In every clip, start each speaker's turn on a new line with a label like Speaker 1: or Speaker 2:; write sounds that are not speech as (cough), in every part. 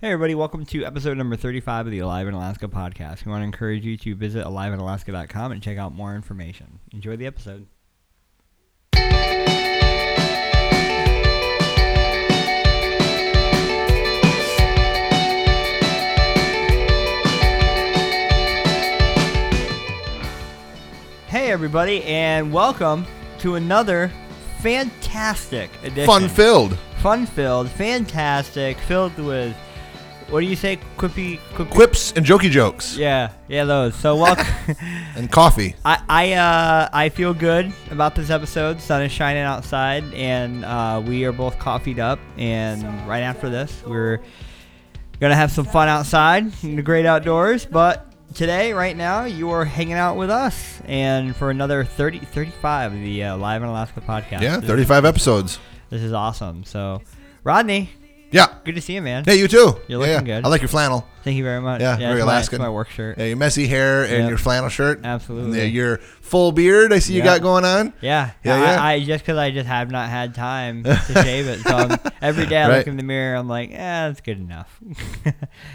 Speaker 1: Hey everybody, welcome to episode number 35 of the Alive in Alaska podcast. We want to encourage you to visit aliveinalaska.com and check out more information. Enjoy the episode. Hey everybody, and welcome to another fantastic edition.
Speaker 2: Fun filled.
Speaker 1: Fun filled, fantastic, filled with what do you say? Quippy, quippy.
Speaker 2: Quips and jokey jokes
Speaker 1: Yeah, yeah, those. So
Speaker 2: (laughs)
Speaker 1: welcome.
Speaker 2: and coffee.
Speaker 1: I I uh I feel good about this episode. Sun is shining outside, and uh, we are both coffeeed up. And right after this, we're gonna have some fun outside in the great outdoors. But today, right now, you are hanging out with us, and for another 30, 35 of the uh, Live in Alaska podcast.
Speaker 2: Yeah,
Speaker 1: This-
Speaker 2: 35 episodes.
Speaker 1: This is awesome. So, Rodney,
Speaker 2: Yeah.
Speaker 1: good to see you, man.
Speaker 2: Hey, you too.
Speaker 1: You're
Speaker 2: Yeah,
Speaker 1: looking
Speaker 2: yeah.
Speaker 1: good.
Speaker 2: I like your flannel.
Speaker 1: Thank you very much.
Speaker 2: Yeah, very
Speaker 1: it's my- it's
Speaker 2: Alaskan.
Speaker 1: My, work shirt.
Speaker 2: Yeah, your messy hair and
Speaker 1: Yep.
Speaker 2: your flannel shirt.
Speaker 1: Absolutely.
Speaker 2: Yeah, your full beard I see you
Speaker 1: Yeah.
Speaker 2: got going on.
Speaker 1: Yeah,
Speaker 2: Yeah,
Speaker 1: I,
Speaker 2: yeah.
Speaker 1: I just because I just have not had
Speaker 2: (laughs)
Speaker 1: time to shave it. So I'm, every day I
Speaker 2: Right.
Speaker 1: look in the mirror, I'm like, eh, that's good enough. (laughs)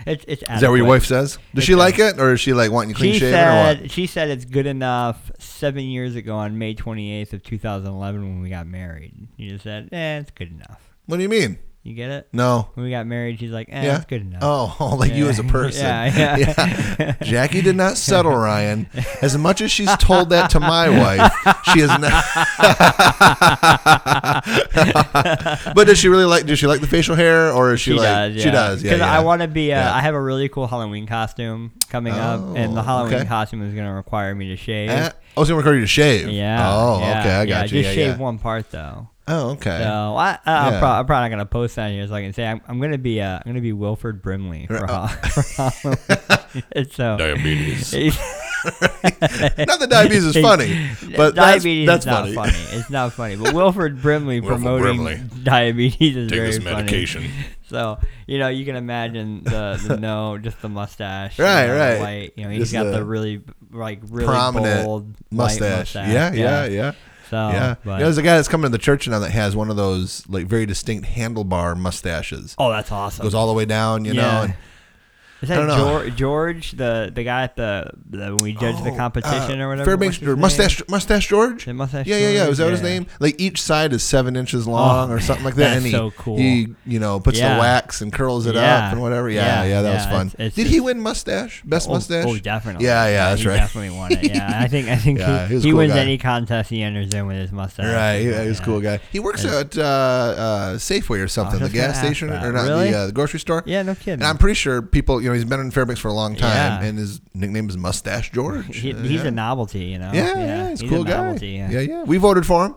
Speaker 1: it's it's.
Speaker 2: Is that what your
Speaker 1: adequate.
Speaker 2: wife says? Does she
Speaker 1: It's, uh,
Speaker 2: like it or is she like wanting you clean
Speaker 1: She
Speaker 2: shaven or what?
Speaker 1: said she said it's good enough. Seven years ago, on May 28th of 2011, when we got married, you just said, eh, it's good enough.
Speaker 2: What do you mean?
Speaker 1: You get it?
Speaker 2: No.
Speaker 1: When we got married, she's like, eh,
Speaker 2: Yeah.
Speaker 1: it's good enough.
Speaker 2: Oh, (laughs) like you
Speaker 1: Yeah. (laughs)
Speaker 2: as a person. (laughs)
Speaker 1: Yeah, yeah.
Speaker 2: Jackie did not settle, Ryan. As much as she's told that
Speaker 1: (laughs)
Speaker 2: to my wife, she is not. (laughs) but does she really like? Does she like the facial hair, or is she, like? She does. Yeah.
Speaker 1: Because
Speaker 2: yeah.
Speaker 1: I want to be. A,
Speaker 2: Yeah.
Speaker 1: I have a really cool Halloween costume coming up, and the
Speaker 2: Oh,
Speaker 1: Halloween
Speaker 2: okay.
Speaker 1: costume is going to require me to shave.
Speaker 2: Eh, I was gonna require you to shave.
Speaker 1: Yeah.
Speaker 2: Oh,
Speaker 1: yeah,
Speaker 2: okay. I
Speaker 1: yeah,
Speaker 2: got you.
Speaker 1: Just
Speaker 2: yeah,
Speaker 1: shave
Speaker 2: yeah.
Speaker 1: one part though.
Speaker 2: Oh, okay.
Speaker 1: So I, I,
Speaker 2: Yeah.
Speaker 1: I'm, pro- I'm probably not gonna post that here, so I can say I'm, I'm gonna be uh, I'm gonna be Wilford Brimley
Speaker 2: Uh,
Speaker 1: for,
Speaker 2: oh.
Speaker 1: Hall- for
Speaker 2: (laughs)
Speaker 1: Halloween. (laughs) And so (laughs)
Speaker 2: Diabetes.
Speaker 1: it's-
Speaker 2: (laughs) not that diabetes
Speaker 1: (laughs)
Speaker 2: is funny, but that's,
Speaker 1: diabetes
Speaker 2: that's
Speaker 1: is not
Speaker 2: funny.
Speaker 1: funny. It's not funny. But Wilford Brimley
Speaker 2: Wilford
Speaker 1: promoting
Speaker 2: Brimley.
Speaker 1: diabetes is very funny. So you know you can imagine the,
Speaker 2: (laughs)
Speaker 1: the no, just the mustache, you
Speaker 2: Right,
Speaker 1: know, the
Speaker 2: right.
Speaker 1: White, you know he's
Speaker 2: Just
Speaker 1: got the
Speaker 2: the
Speaker 1: really like really
Speaker 2: prominent
Speaker 1: bold white
Speaker 2: Mustache.
Speaker 1: mustache.
Speaker 2: Yeah, yeah, yeah.
Speaker 1: So
Speaker 2: yeah. You know,
Speaker 1: but-
Speaker 2: there's a guy that's coming to the church now that has one of those like very distinct handlebar mustaches.
Speaker 1: oh, that's awesome.
Speaker 2: Goes all the way down, you know. and-
Speaker 1: Is
Speaker 2: I
Speaker 1: that
Speaker 2: don't know.
Speaker 1: George, George, the the guy at the, the when we judged the
Speaker 2: Oh,
Speaker 1: competition
Speaker 2: uh,
Speaker 1: or whatever?
Speaker 2: Fairbanks
Speaker 1: what's his
Speaker 2: or
Speaker 1: name?
Speaker 2: mustache mustache George.
Speaker 1: The mustache.
Speaker 2: Yeah, yeah, yeah. Was that
Speaker 1: George?
Speaker 2: his name? Like each side is seven inches long or
Speaker 1: man,
Speaker 2: something like that.
Speaker 1: that's
Speaker 2: and he,
Speaker 1: so cool.
Speaker 2: He, you know, puts
Speaker 1: Yeah.
Speaker 2: the wax and curls it
Speaker 1: Yeah.
Speaker 2: up and whatever. Yeah,
Speaker 1: Yeah,
Speaker 2: yeah, that
Speaker 1: yeah,
Speaker 2: was fun.
Speaker 1: it's- it's-
Speaker 2: Did he win mustache? Best
Speaker 1: Oh,
Speaker 2: mustache?
Speaker 1: Oh, definitely.
Speaker 2: Yeah, yeah, that's
Speaker 1: he
Speaker 2: right.
Speaker 1: Definitely won it. Yeah, I
Speaker 2: (laughs)
Speaker 1: think I think
Speaker 2: Yeah,
Speaker 1: he,
Speaker 2: he was a
Speaker 1: he
Speaker 2: cool
Speaker 1: wins
Speaker 2: guy.
Speaker 1: any contest he enters in with his mustache.
Speaker 2: Right, yeah, he was a
Speaker 1: Yeah.
Speaker 2: cool guy. He works
Speaker 1: Yeah.
Speaker 2: at uh, uh, Safeway or something, the
Speaker 1: just gonna
Speaker 2: gas
Speaker 1: ask
Speaker 2: station,
Speaker 1: that.
Speaker 2: or not
Speaker 1: Really?
Speaker 2: the, uh, the grocery store.
Speaker 1: Yeah, no kidding.
Speaker 2: And I'm pretty sure people, you know, he's been in Fairbanks for a long time,
Speaker 1: Yeah.
Speaker 2: and his nickname is Mustache George.
Speaker 1: He-
Speaker 2: Uh,
Speaker 1: he's
Speaker 2: yeah.
Speaker 1: a novelty, you know.
Speaker 2: Yeah, yeah, he's a cool guy.
Speaker 1: novelty,
Speaker 2: yeah. yeah, We voted for him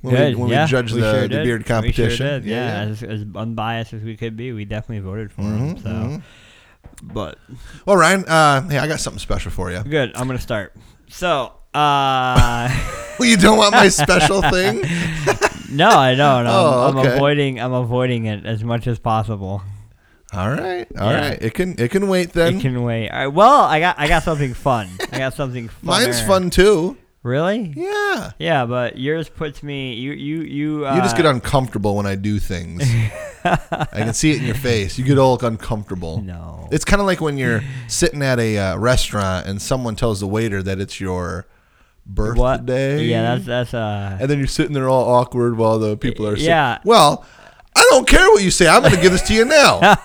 Speaker 2: when
Speaker 1: Good,
Speaker 2: we when
Speaker 1: yeah,
Speaker 2: we judged
Speaker 1: we
Speaker 2: the,
Speaker 1: sure
Speaker 2: the
Speaker 1: did.
Speaker 2: beard competition.
Speaker 1: We sure did. Yeah, As, as unbiased as we could be, we definitely voted for him.
Speaker 2: Mhm,
Speaker 1: So,
Speaker 2: mhm.
Speaker 1: but
Speaker 2: Well, Ryan, uh, hey, I got something special for you. (laughs)
Speaker 1: good. I'm gonna start. So, uh, (laughs)
Speaker 2: Well, you don't want my special thing?
Speaker 1: No, I don't. I'm,
Speaker 2: Oh,
Speaker 1: I'm
Speaker 2: okay.
Speaker 1: avoiding. I'm avoiding it as much as possible.
Speaker 2: All right, all right.
Speaker 1: Yeah.
Speaker 2: It can it can wait
Speaker 1: It
Speaker 2: then.
Speaker 1: can wait. All right, well, I got. I got something fun. I got something. Funner.
Speaker 2: (laughs) Mine's fun too.
Speaker 1: Really? Yeah.
Speaker 2: Yeah.
Speaker 1: but yours puts me. You. You. You. Uh,
Speaker 2: You just get uncomfortable when I do
Speaker 1: (laughs)
Speaker 2: things. I can see it in your face. You get all uncomfortable.
Speaker 1: No.
Speaker 2: It's kind of like when you're sitting at a uh, restaurant and someone tells the waiter that it's your birthday.
Speaker 1: what? Yeah, that's that's uh.
Speaker 2: and then you're sitting there all awkward while the people are. sit-
Speaker 1: Yeah.
Speaker 2: well, I don't care what you say. I'm going to give this to you
Speaker 1: (laughs)
Speaker 2: now.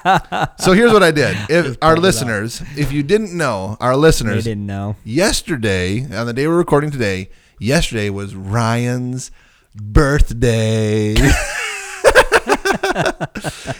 Speaker 2: so here's what I did. If our listeners, if you didn't know, our
Speaker 1: I
Speaker 2: listeners,
Speaker 1: didn't know.
Speaker 2: yesterday on the day we're recording today, yesterday was Ryan's birthday. (laughs)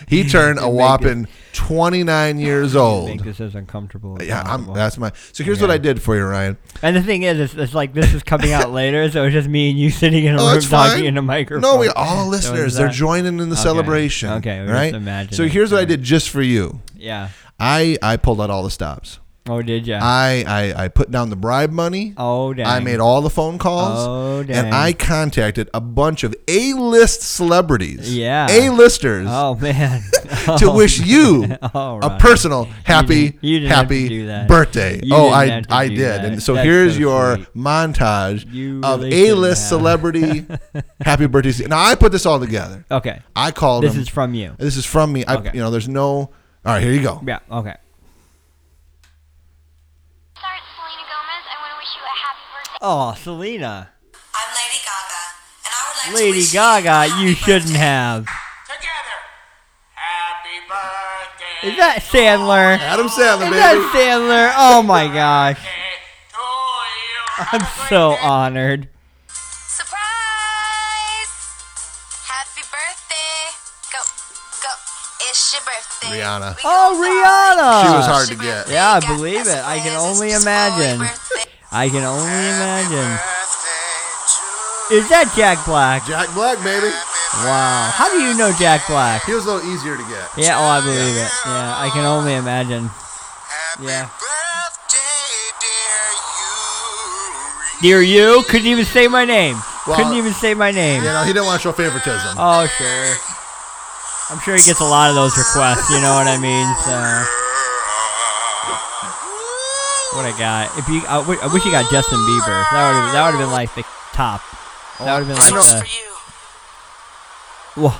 Speaker 2: he turned a whopping 29 years
Speaker 1: Make
Speaker 2: old.
Speaker 1: this as uncomfortable. As
Speaker 2: Yeah, I'm,
Speaker 1: possible.
Speaker 2: that's my. So here's what I did for you, Ryan.
Speaker 1: and the thing is, it's, it's like this is coming
Speaker 2: (laughs)
Speaker 1: out later, so it's just me and you sitting in a
Speaker 2: Oh,
Speaker 1: room
Speaker 2: it's fine.
Speaker 1: talking in a microphone.
Speaker 2: No, we all the
Speaker 1: So is
Speaker 2: listeners they're
Speaker 1: that-
Speaker 2: joining in the celebration.
Speaker 1: Okay, we just
Speaker 2: right.
Speaker 1: imagine
Speaker 2: so
Speaker 1: it.
Speaker 2: here's what I did just for you.
Speaker 1: Yeah.
Speaker 2: I I pulled out all the stops.
Speaker 1: Oh, did you?
Speaker 2: I I, I put down the bribe money.
Speaker 1: Oh, dang.
Speaker 2: I made all the phone calls.
Speaker 1: Oh, dang.
Speaker 2: and I contacted a bunch of A-list celebrities,
Speaker 1: Yeah.
Speaker 2: A-listers,
Speaker 1: Oh man.
Speaker 2: (laughs)
Speaker 1: (laughs) Oh,
Speaker 2: to wish you
Speaker 1: All
Speaker 2: a
Speaker 1: right.
Speaker 2: personal happy,
Speaker 1: didn't- you didn't have to do
Speaker 2: happy
Speaker 1: that.
Speaker 2: birthday.
Speaker 1: You
Speaker 2: oh,
Speaker 1: didn't
Speaker 2: I
Speaker 1: have to
Speaker 2: I
Speaker 1: do
Speaker 2: did,
Speaker 1: that.
Speaker 2: and so
Speaker 1: That's
Speaker 2: here's
Speaker 1: so
Speaker 2: your
Speaker 1: sweet.
Speaker 2: montage
Speaker 1: You
Speaker 2: of
Speaker 1: really shouldn't
Speaker 2: A-list
Speaker 1: have.
Speaker 2: celebrity
Speaker 1: (laughs)
Speaker 2: happy birthdays. Now I put this all together.
Speaker 1: Okay.
Speaker 2: I called
Speaker 1: This
Speaker 2: them.
Speaker 1: is from you.
Speaker 2: This is from me. I
Speaker 1: Okay.
Speaker 2: you know there's no All right, here you go.
Speaker 1: Yeah. Okay.
Speaker 3: Sorry, it's Selena Gomez. I want to wish you a happy birthday.
Speaker 1: Oh, Selena.
Speaker 4: I'm Lady Gaga, and I would like to
Speaker 1: Lady
Speaker 4: wish you a
Speaker 1: Gaga,
Speaker 4: happy
Speaker 1: you shouldn't
Speaker 4: birthday.
Speaker 1: have.
Speaker 5: together. Happy birthday.
Speaker 1: Is that Sandler? Is
Speaker 2: Adam Sandler,
Speaker 1: that
Speaker 2: baby.
Speaker 1: Sandler? Oh my gosh.
Speaker 5: to
Speaker 1: (laughs)
Speaker 5: you.
Speaker 1: I'm so honored.
Speaker 4: Surprise! Happy birthday! Go, go! It's your birthday.
Speaker 2: Rihanna.
Speaker 4: We
Speaker 1: Oh,
Speaker 4: go
Speaker 1: Rihanna!
Speaker 2: She
Speaker 4: hard.
Speaker 2: was hard to
Speaker 4: It's your
Speaker 2: get.
Speaker 4: birthday.
Speaker 1: Yeah, I
Speaker 4: Got
Speaker 1: believe
Speaker 4: best
Speaker 1: it. I can
Speaker 4: plans.
Speaker 1: only
Speaker 4: It's your
Speaker 1: imagine.
Speaker 4: birthday.
Speaker 1: I can only imagine.
Speaker 5: Birthday to
Speaker 1: Is that Jack Black?
Speaker 2: Jack Black, baby.
Speaker 1: Wow. How do you know Jack Black?
Speaker 2: He was a little easier to get.
Speaker 1: Yeah, oh, I believe it. Yeah, I can only imagine.
Speaker 5: Happy
Speaker 1: Yeah.
Speaker 5: birthday, dear
Speaker 1: Dear
Speaker 5: you.
Speaker 1: you, couldn't even say my name.
Speaker 2: Well,
Speaker 1: couldn't even say my name.
Speaker 2: You know, he didn't want to show favoritism.
Speaker 1: Oh, sure. I'm sure he gets a lot of those requests, you know what I mean? So, what a guy. If you, I, w- I wish you got Justin Bieber. That would have that would have been like the top. That would have been like
Speaker 4: Just for
Speaker 1: the.
Speaker 4: you.
Speaker 1: Whoa,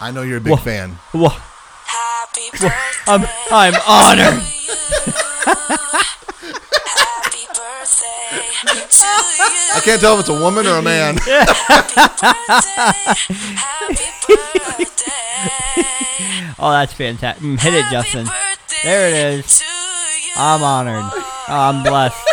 Speaker 2: I know you're a big
Speaker 1: Wha-
Speaker 2: fan.
Speaker 1: whoa.
Speaker 4: Happy birthday.
Speaker 1: (laughs) I'm, I'm honored.
Speaker 4: to you. Happy birthday
Speaker 1: (laughs)
Speaker 4: to you.
Speaker 2: I can't tell if it's a woman or a man.
Speaker 4: Happy birthday.
Speaker 1: (laughs)
Speaker 4: Happy birthday.
Speaker 1: Oh, that's fantastic. Mm, hit it, Justin. There it is. I'm honored. Oh, I'm blessed.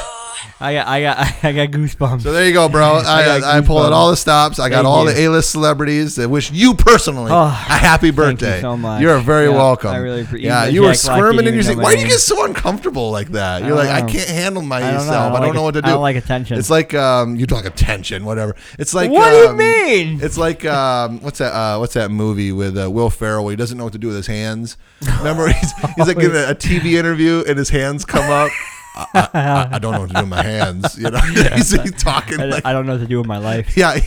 Speaker 1: I got, I got, (laughs) I got goosebumps.
Speaker 2: So there you
Speaker 1: (laughs)
Speaker 2: go, bro. I,
Speaker 1: got
Speaker 2: I, pulled out
Speaker 1: goosebumps.
Speaker 2: all the stops. I got
Speaker 1: Thank
Speaker 2: all
Speaker 1: you.
Speaker 2: the A-list celebrities that wish you personally
Speaker 1: Oh,
Speaker 2: a happy
Speaker 1: thank you
Speaker 2: birthday.
Speaker 1: so much.
Speaker 2: You're very
Speaker 1: Yeah,
Speaker 2: welcome.
Speaker 1: I really appre-
Speaker 2: Yeah,
Speaker 1: even
Speaker 2: you were
Speaker 1: Jack Black
Speaker 2: squirming
Speaker 1: didn't
Speaker 2: and you're
Speaker 1: even
Speaker 2: saying,
Speaker 1: know
Speaker 2: "Why
Speaker 1: my
Speaker 2: do you get so uncomfortable like that?" You're
Speaker 1: I
Speaker 2: like,
Speaker 1: don't
Speaker 2: "I
Speaker 1: know.
Speaker 2: can't handle
Speaker 1: don't know.
Speaker 2: myself. I
Speaker 1: I
Speaker 2: don't,
Speaker 1: don't like
Speaker 2: know
Speaker 1: it-
Speaker 2: what to do."
Speaker 1: I don't like attention.
Speaker 2: It's like um, you talk attention, whatever. It's like
Speaker 1: What do you
Speaker 2: um,
Speaker 1: mean?
Speaker 2: It's like um, what's that? Uh, what's that movie with uh, Will Ferrell? where He doesn't know what to do with his hands.
Speaker 1: (laughs)
Speaker 2: Remember, he's, he's like in a, a TV interview and his hands come up. I, I, I, I don't know what to do with my hands.
Speaker 1: (laughs)
Speaker 2: You know, (laughs) he's, he's talking
Speaker 1: I,
Speaker 2: like
Speaker 1: I don't know what to do with my
Speaker 2: (laughs)
Speaker 1: life.
Speaker 2: yeah.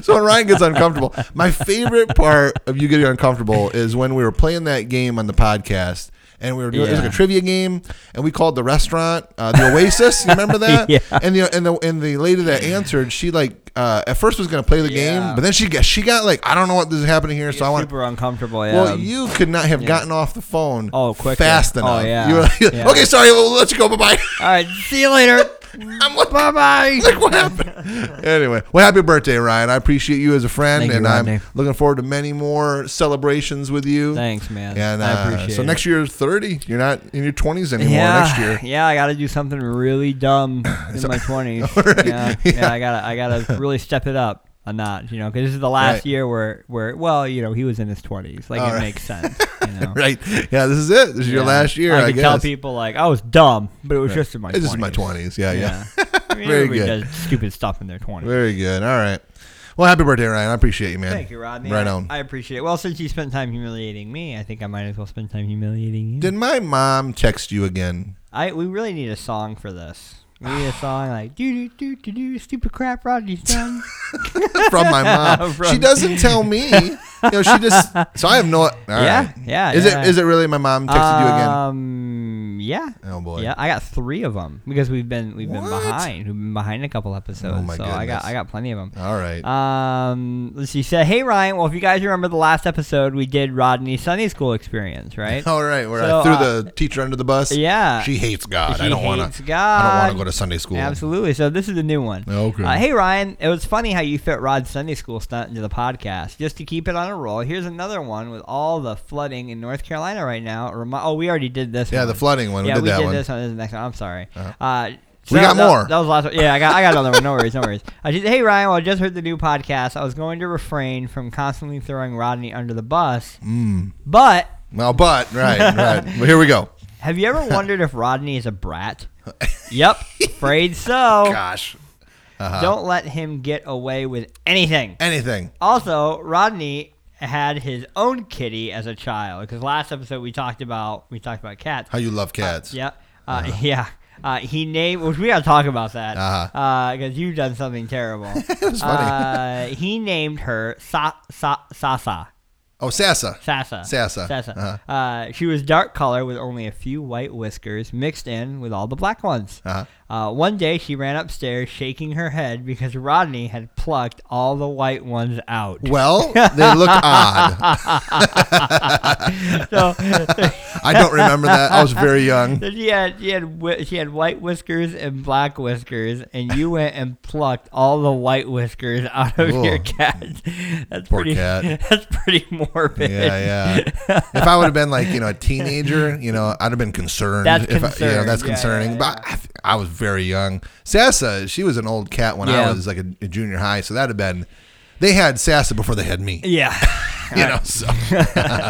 Speaker 2: so when Ryan gets uncomfortable, my favorite part of you getting uncomfortable is when we were playing that game on the podcast. And we were doing it was like
Speaker 1: Yeah.
Speaker 2: a trivia game, and we called the restaurant uh, the Oasis. You
Speaker 1: (laughs)
Speaker 2: remember that?
Speaker 1: Yeah.
Speaker 2: And the and the and the lady that answered, she like uh, at first was gonna play the
Speaker 1: Yeah.
Speaker 2: game, but then she got she got like I don't know what this is happening here, so I want.
Speaker 1: Super uncomfortable. Yeah.
Speaker 2: Well, you could not have gotten off the phone.
Speaker 1: Oh, quicker.
Speaker 2: fast
Speaker 1: Oh,
Speaker 2: enough.
Speaker 1: yeah.
Speaker 2: You were like,
Speaker 1: Yeah.
Speaker 2: okay, sorry, we'll let you go. Bye bye.
Speaker 1: All right. See you later.
Speaker 2: I'm like, bye bye. Like, what happened? (laughs) anyway, well, happy birthday, Ryan. I appreciate you as a friend,
Speaker 1: Thank you,
Speaker 2: and
Speaker 1: Rodney.
Speaker 2: I'm looking forward to many more celebrations with you.
Speaker 1: Thanks, man.
Speaker 2: And uh,
Speaker 1: I appreciate
Speaker 2: so
Speaker 1: it.
Speaker 2: next year is 30. You're not in your 20s anymore next year.
Speaker 1: (laughs)
Speaker 2: (laughs)
Speaker 1: Yeah, I gotta do something really
Speaker 2: (coughs)
Speaker 1: dumb in my twenties.
Speaker 2: (laughs)
Speaker 1: yeah, yeah, I gotta, I gotta really step it up a notch, you know, because this is the last
Speaker 2: Right.
Speaker 1: year where, where, well, you know, he was in his twenties. Like it
Speaker 2: All right.
Speaker 1: makes sense,
Speaker 2: (laughs)
Speaker 1: you know.
Speaker 2: Right. Yeah, this is it. This is your
Speaker 1: Yeah.
Speaker 2: last year, I,
Speaker 1: I, could
Speaker 2: guess.
Speaker 1: tell people like I was dumb, but it was just in my.
Speaker 2: it's
Speaker 1: 20s.
Speaker 2: just my 20s. Yeah, yeah.
Speaker 1: I mean,
Speaker 2: Very
Speaker 1: everybody
Speaker 2: good.
Speaker 1: does stupid stuff in their twenties.
Speaker 2: (laughs) Very good. All right. Well, happy birthday, Ryan. I appreciate you, man.
Speaker 1: Thank you, Rodney.
Speaker 2: Right
Speaker 1: I-
Speaker 2: on.
Speaker 1: I appreciate it. Well, since you spent time humiliating me, I think I might as well spend time humiliating you.
Speaker 2: Did my mom text you again?
Speaker 1: I we really need a song for this. We need a song like do do do do do stupid crap Rodney's done.
Speaker 2: From
Speaker 1: (laughs)
Speaker 2: my mom.
Speaker 1: From-
Speaker 2: she doesn't
Speaker 1: (laughs)
Speaker 2: tell me. You know, she just. So I have no. all
Speaker 1: Yeah,
Speaker 2: right.
Speaker 1: yeah,
Speaker 2: Is
Speaker 1: yeah.
Speaker 2: it is it really my mom (laughs) texted you again?
Speaker 1: Um, yeah.
Speaker 2: Oh, boy.
Speaker 1: Yeah, I got three of them because we've been we've been
Speaker 2: What?
Speaker 1: behind. We've been behind a couple episodes.
Speaker 2: Oh, my
Speaker 1: so I got
Speaker 2: goodness.
Speaker 1: I got plenty of them.
Speaker 2: All right.
Speaker 1: Um, let's see. Said, "Hey Ryan, well, if you guys remember the last episode, we did Rodney's Sunday school experience,
Speaker 2: (laughs)
Speaker 1: right?
Speaker 2: All right. Where
Speaker 1: So,
Speaker 2: I threw
Speaker 1: uh,
Speaker 2: the teacher under the bus.
Speaker 1: yeah.
Speaker 2: Oh, She hates God.
Speaker 1: She
Speaker 2: I don't want
Speaker 1: hates
Speaker 2: to. I don't want
Speaker 1: God.
Speaker 2: to go to Sunday school.
Speaker 1: Absolutely. So this is the new one.
Speaker 2: Okay.
Speaker 1: Uh, hey Ryan, it was funny how you fit Rod's Sunday school stunt into the podcast. Just to keep it on a roll, here's another one with all the flooding in North Carolina right now. It Remi- oh, we already did this.
Speaker 2: Yeah,
Speaker 1: one.
Speaker 2: the flooding one.
Speaker 1: yeah,
Speaker 2: we did that one. Uh-huh.
Speaker 1: this one. This is the next one. I'm sorry. uh so
Speaker 2: We got
Speaker 1: that-
Speaker 2: more.
Speaker 1: That was last. One. Yeah, I got. I got another one. No worries. No worries. I just, hey Ryan, well, I just heard the new podcast. I was going to refrain from constantly throwing Rodney under the bus,
Speaker 2: Mm.
Speaker 1: but
Speaker 2: Well, but
Speaker 1: (laughs)
Speaker 2: right, right. Well, here we go.
Speaker 1: have you ever wondered if Rodney is a
Speaker 2: (laughs)
Speaker 1: brat? yep, afraid so.
Speaker 2: Gosh,
Speaker 1: Don't let him get away with anything.
Speaker 2: anything.
Speaker 1: Also, Rodney had his own kitty as a child because last episode we talked about we talked about cats.
Speaker 2: How you love cats?
Speaker 1: Yeah, uh, (laughs) yeah. Uh, he named, which we gotta talk about that because
Speaker 2: Uh-huh.
Speaker 1: you've done
Speaker 2: (laughs)
Speaker 1: something terrible.
Speaker 2: It was funny.
Speaker 1: Uh, he named her Sa- Sa- Sasa.
Speaker 2: Oh, Sassa.
Speaker 1: Sassa.
Speaker 2: Sassa.
Speaker 1: Sassa.
Speaker 2: Uh-huh.
Speaker 1: uh she was dark color with only a few white whiskers mixed in with all the black ones.
Speaker 2: Uh-huh.
Speaker 1: Uh, one day she ran upstairs shaking her head because Rodney had plucked all the white ones out.
Speaker 2: Well,
Speaker 1: (laughs)
Speaker 2: they look odd.
Speaker 1: So
Speaker 2: I don't remember that. I was
Speaker 1: (laughs)
Speaker 2: very young.
Speaker 1: she had she had whi- she had white whiskers and black whiskers, and
Speaker 2: (laughs)
Speaker 1: you went and plucked all the white whiskers out of
Speaker 2: Ugh.
Speaker 1: your cat. (laughs) That's
Speaker 2: Poor
Speaker 1: pretty.
Speaker 2: cat.
Speaker 1: (laughs) That's pretty morbid.
Speaker 2: Yeah,
Speaker 1: (laughs)
Speaker 2: yeah. If I would have been like you know a teenager, you know I'd have been concerned.
Speaker 1: That's
Speaker 2: if I, you know,
Speaker 1: concerned.
Speaker 2: that's
Speaker 1: Yeah,
Speaker 2: concerning.
Speaker 1: yeah,
Speaker 2: But I, I was very young. Sassa, she was an old cat when
Speaker 1: Yeah.
Speaker 2: I was like a, a junior high, so that'd have been. They had Sassa before they had me.
Speaker 1: (laughs) Yeah.
Speaker 2: You know,
Speaker 1: (laughs)
Speaker 2: so (laughs)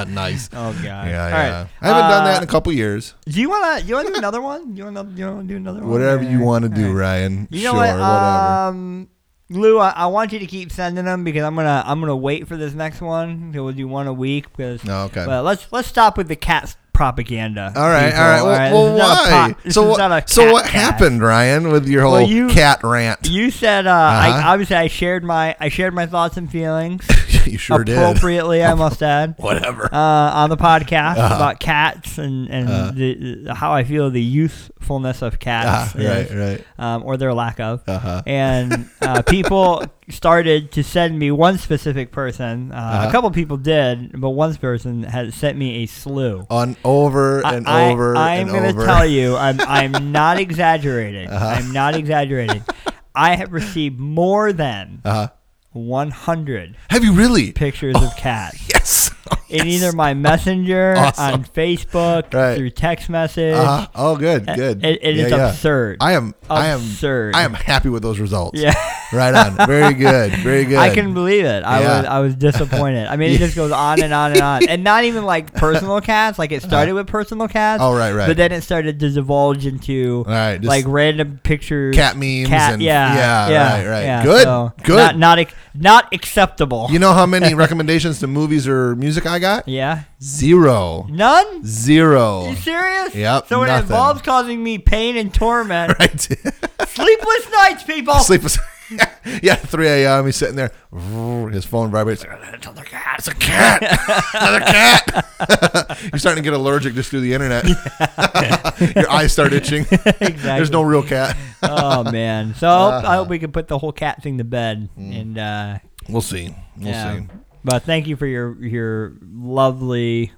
Speaker 2: nice.
Speaker 1: Oh god.
Speaker 2: Yeah, yeah.
Speaker 1: All right.
Speaker 2: I haven't done that
Speaker 1: Uh,
Speaker 2: in a couple years.
Speaker 1: Do you wanna you wanna do another one? You wanna you wanna do another one?
Speaker 2: Whatever you
Speaker 1: Or-
Speaker 2: want to do, Ryan.
Speaker 1: You
Speaker 2: sure,
Speaker 1: know what?
Speaker 2: whatever.
Speaker 1: Um, Lou, I, I want you to keep sending them because I'm gonna I'm gonna wait for this next one. So we'll do one a week because.
Speaker 2: Oh, okay.
Speaker 1: But let's let's stop with the cat's propaganda.
Speaker 2: all right,
Speaker 1: people,
Speaker 2: all right. Well, well,
Speaker 1: This is not a
Speaker 2: why?
Speaker 1: pot- this
Speaker 2: so
Speaker 1: is
Speaker 2: what?
Speaker 1: not a
Speaker 2: so
Speaker 1: cat
Speaker 2: what
Speaker 1: cast.
Speaker 2: happened, Ryan, with your whole
Speaker 1: Well, you-
Speaker 2: cat rant? (laughs)
Speaker 1: You said uh,
Speaker 2: Uh-huh.
Speaker 1: I, obviously I shared my I shared my thoughts and feelings
Speaker 2: you (laughs) sure did.
Speaker 1: appropriately. I must add.
Speaker 2: (laughs) Whatever.
Speaker 1: uh, on the podcast
Speaker 2: uh-huh.
Speaker 1: about cats and and the, the- how I feel the usefulness of
Speaker 2: Ah,
Speaker 1: (laughs) cats,
Speaker 2: right,
Speaker 1: is,
Speaker 2: right.
Speaker 1: um, or their lack of.
Speaker 2: Uh-huh.
Speaker 1: And
Speaker 2: (laughs)
Speaker 1: uh, people started to send me one specific person. Uh,
Speaker 2: Uh-huh.
Speaker 1: A couple people did, but one person had sent me a slew.
Speaker 2: On over and
Speaker 1: I,
Speaker 2: over
Speaker 1: I,
Speaker 2: and
Speaker 1: I'm gonna
Speaker 2: over. Uh-huh.
Speaker 1: tell you,
Speaker 2: (laughs)
Speaker 1: I'm I'm not exaggerating. I'm not exaggerating. I have received more than
Speaker 2: Uh-huh.
Speaker 1: 100
Speaker 2: Have
Speaker 1: (laughs)
Speaker 2: you really?
Speaker 1: pictures of cats
Speaker 2: Yes.
Speaker 1: in either my messenger
Speaker 2: Awesome.
Speaker 1: on Facebook
Speaker 2: Right.
Speaker 1: through text message.
Speaker 2: Uh-huh. Oh, good, good.
Speaker 1: It, it is
Speaker 2: Yeah, yeah.
Speaker 1: absurd.
Speaker 2: I am. I am.
Speaker 1: Absurd.
Speaker 2: I am happy with those results.
Speaker 1: Yeah.
Speaker 2: (laughs) Right on. Very good. Very good.
Speaker 1: I can believe it. I
Speaker 2: Yeah.
Speaker 1: was I was disappointed. I mean,
Speaker 2: (laughs)
Speaker 1: it just goes on and on and on, and not even like personal cats. Like it started with personal cats.
Speaker 2: Oh, right, right.
Speaker 1: But then it started to divulge into
Speaker 2: Right, just
Speaker 1: like random pictures,
Speaker 2: cat memes
Speaker 1: cat.
Speaker 2: and-
Speaker 1: yeah,
Speaker 2: yeah,
Speaker 1: yeah,
Speaker 2: right, right.
Speaker 1: yeah.
Speaker 2: Good,
Speaker 1: So,
Speaker 2: good.
Speaker 1: Not not, ac- not acceptable.
Speaker 2: You know
Speaker 1: (laughs)
Speaker 2: how many recommendations to movies or music I got?
Speaker 1: yeah.
Speaker 2: Zero.
Speaker 1: None.
Speaker 2: Zero.
Speaker 1: You serious?
Speaker 2: Yep,
Speaker 1: So it
Speaker 2: nothing.
Speaker 1: involves causing me pain and torment.
Speaker 2: (laughs) (laughs) Right.
Speaker 1: Sleepless nights, people.
Speaker 2: (laughs)
Speaker 1: (laughs)
Speaker 2: Sleep was. yeah, 3 a.m. He's sitting there. Vroom, His phone vibrates. It's another cat. It's a cat. another cat. (laughs) You're starting to get allergic just through the internet. (laughs) Your eyes
Speaker 1: (laughs)
Speaker 2: start itching. There's no Uh-huh. real cat.
Speaker 1: oh man. So I hope we can put the whole cat thing to bed.
Speaker 2: Mm.
Speaker 1: And uh,
Speaker 2: We'll see. We'll
Speaker 1: yeah.
Speaker 2: see.
Speaker 1: But thank you for your your lovely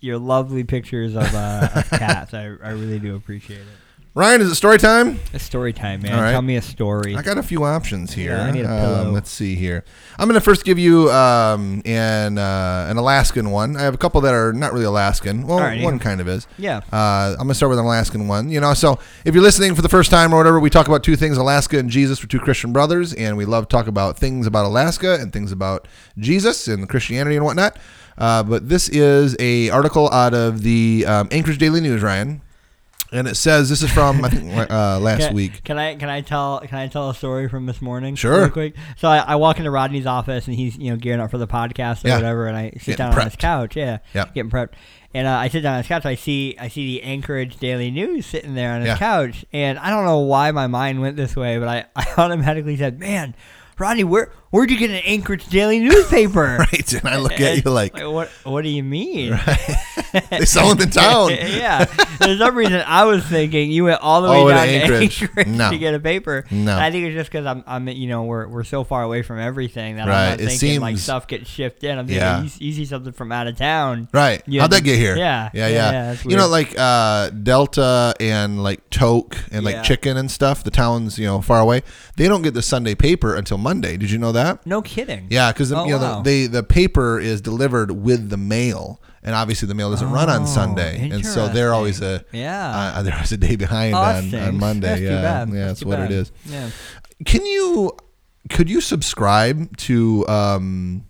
Speaker 1: your lovely pictures of, uh,
Speaker 2: (laughs)
Speaker 1: of cats. I, I really do appreciate it.
Speaker 2: Ryan, is it story time?
Speaker 1: It's story time, man.
Speaker 2: All right.
Speaker 1: Tell me a story.
Speaker 2: I got a few options here.
Speaker 1: Yeah, I need a
Speaker 2: Um,
Speaker 1: pillow.
Speaker 2: let's see here. I'm going to first give you um, an uh, an Alaskan one. I have a couple that are not really Alaskan. Well,
Speaker 1: Alrighty.
Speaker 2: one kind of is.
Speaker 1: Yeah.
Speaker 2: Uh, I'm going to start with an Alaskan one. You know, so if you're listening for the first time or whatever, we talk about two things: Alaska and Jesus. We're two Christian brothers, and we love to talk about things about Alaska and things about Jesus and Christianity and whatnot. Uh, but this is a article out of the um, Anchorage Daily News, Ryan, and it says this is from I think, (laughs) uh, last
Speaker 1: Can-
Speaker 2: week.
Speaker 1: Can I can I tell can I tell a story from this morning?
Speaker 2: Sure.
Speaker 1: Real quick. So I, I walk into Rodney's office and he's you know gearing up for the podcast or
Speaker 2: Yeah.
Speaker 1: whatever, and I sit
Speaker 2: Getting
Speaker 1: down on his
Speaker 2: prepped.
Speaker 1: couch. Yeah.
Speaker 2: Yep.
Speaker 1: Getting prepped. And uh, I sit down on his couch. I see I see the Anchorage Daily News sitting there on his
Speaker 2: Yeah.
Speaker 1: couch, and I don't know why my mind went this way, but I, (laughs) I automatically said, "Man, Rodney, where where'd you get an Anchorage
Speaker 2: (laughs)
Speaker 1: Daily newspaper?"
Speaker 2: Right, and I look at
Speaker 1: (laughs)
Speaker 2: you like
Speaker 1: what? What do you mean?
Speaker 2: they (laughs) sell it in
Speaker 1: (laughs)
Speaker 2: town.
Speaker 1: yeah. For some reason, I was thinking you went all the
Speaker 2: All the
Speaker 1: way
Speaker 2: way
Speaker 1: down
Speaker 2: Oh, to
Speaker 1: to
Speaker 2: Anchorage.
Speaker 1: Anchorage, (laughs)
Speaker 2: No.
Speaker 1: to get a paper.
Speaker 2: No.
Speaker 1: I think it's just because I'm, I'm, you know, we're, we're so far away from everything that
Speaker 2: Right.
Speaker 1: I'm not
Speaker 2: It
Speaker 1: thinking like
Speaker 2: seems-
Speaker 1: stuff gets shipped in. I'm
Speaker 2: Yeah.
Speaker 1: thinking you, s- you see something from out of town.
Speaker 2: Right.
Speaker 1: You
Speaker 2: How'd
Speaker 1: had to-
Speaker 2: that get here?
Speaker 1: Yeah. Yeah,
Speaker 2: Yeah, yeah.
Speaker 1: yeah, that's
Speaker 2: you know,
Speaker 1: weird.
Speaker 2: like uh, Delta and like Toke and like
Speaker 1: Yeah.
Speaker 2: Chicken and stuff, the towns, you know, far away, they don't get the Sunday paper until Monday. Did you know that?
Speaker 1: No kidding.
Speaker 2: Yeah, because
Speaker 1: Oh,
Speaker 2: you know
Speaker 1: wow.
Speaker 2: the, they the paper is delivered with the mail, and obviously the mail doesn't run on
Speaker 1: Oh,
Speaker 2: Sunday, and so they're always a
Speaker 1: Yeah.
Speaker 2: uh, (laughs) they're always a day behind
Speaker 1: Oh, that
Speaker 2: on,
Speaker 1: stinks.
Speaker 2: on Monday.
Speaker 1: That's
Speaker 2: yeah,
Speaker 1: too bad.
Speaker 2: yeah,
Speaker 1: That's
Speaker 2: that's
Speaker 1: too
Speaker 2: what
Speaker 1: bad.
Speaker 2: it is.
Speaker 1: Yeah.
Speaker 2: Can you could you subscribe to um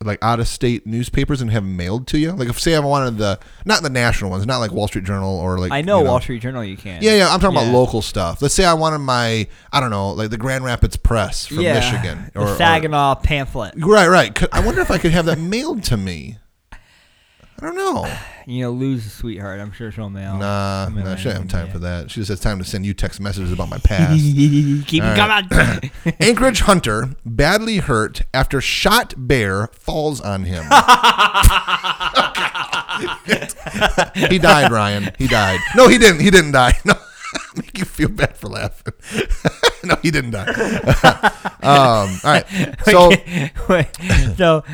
Speaker 2: like out of state newspapers and have them mailed to you? Like if say I wanted the not the national ones, not like Wall Street Journal or like
Speaker 1: I know
Speaker 2: you
Speaker 1: Wall Street Journal. You can.
Speaker 2: Yeah, yeah, I'm talking
Speaker 1: Yeah.
Speaker 2: about local stuff. Let's say I wanted my I don't know, like the Grand Rapids Press from
Speaker 1: Yeah.
Speaker 2: Michigan
Speaker 1: the Saginaw pamphlet.
Speaker 2: Right, right. Could, I wonder if I could have that mailed to me. I don't know.
Speaker 1: you know, lose a sweetheart. I'm sure she'll mail.
Speaker 2: Nah,
Speaker 1: mail
Speaker 2: nah, she doesn't have
Speaker 1: anything
Speaker 2: time
Speaker 1: yet.
Speaker 2: for that. She just has time to send you text messages about
Speaker 1: (laughs)
Speaker 2: my past.
Speaker 1: (laughs) Keep
Speaker 2: All
Speaker 1: it
Speaker 2: right. (coughs)
Speaker 1: coming. (laughs)
Speaker 2: Anchorage hunter badly hurt after shot bear falls on him. (laughs) he died, Ryan. He died. No, he didn't. He didn't die. (laughs) No, make you feel bad for laughing. (laughs) no, he didn't die. (laughs) um, all right. So
Speaker 1: Wait, so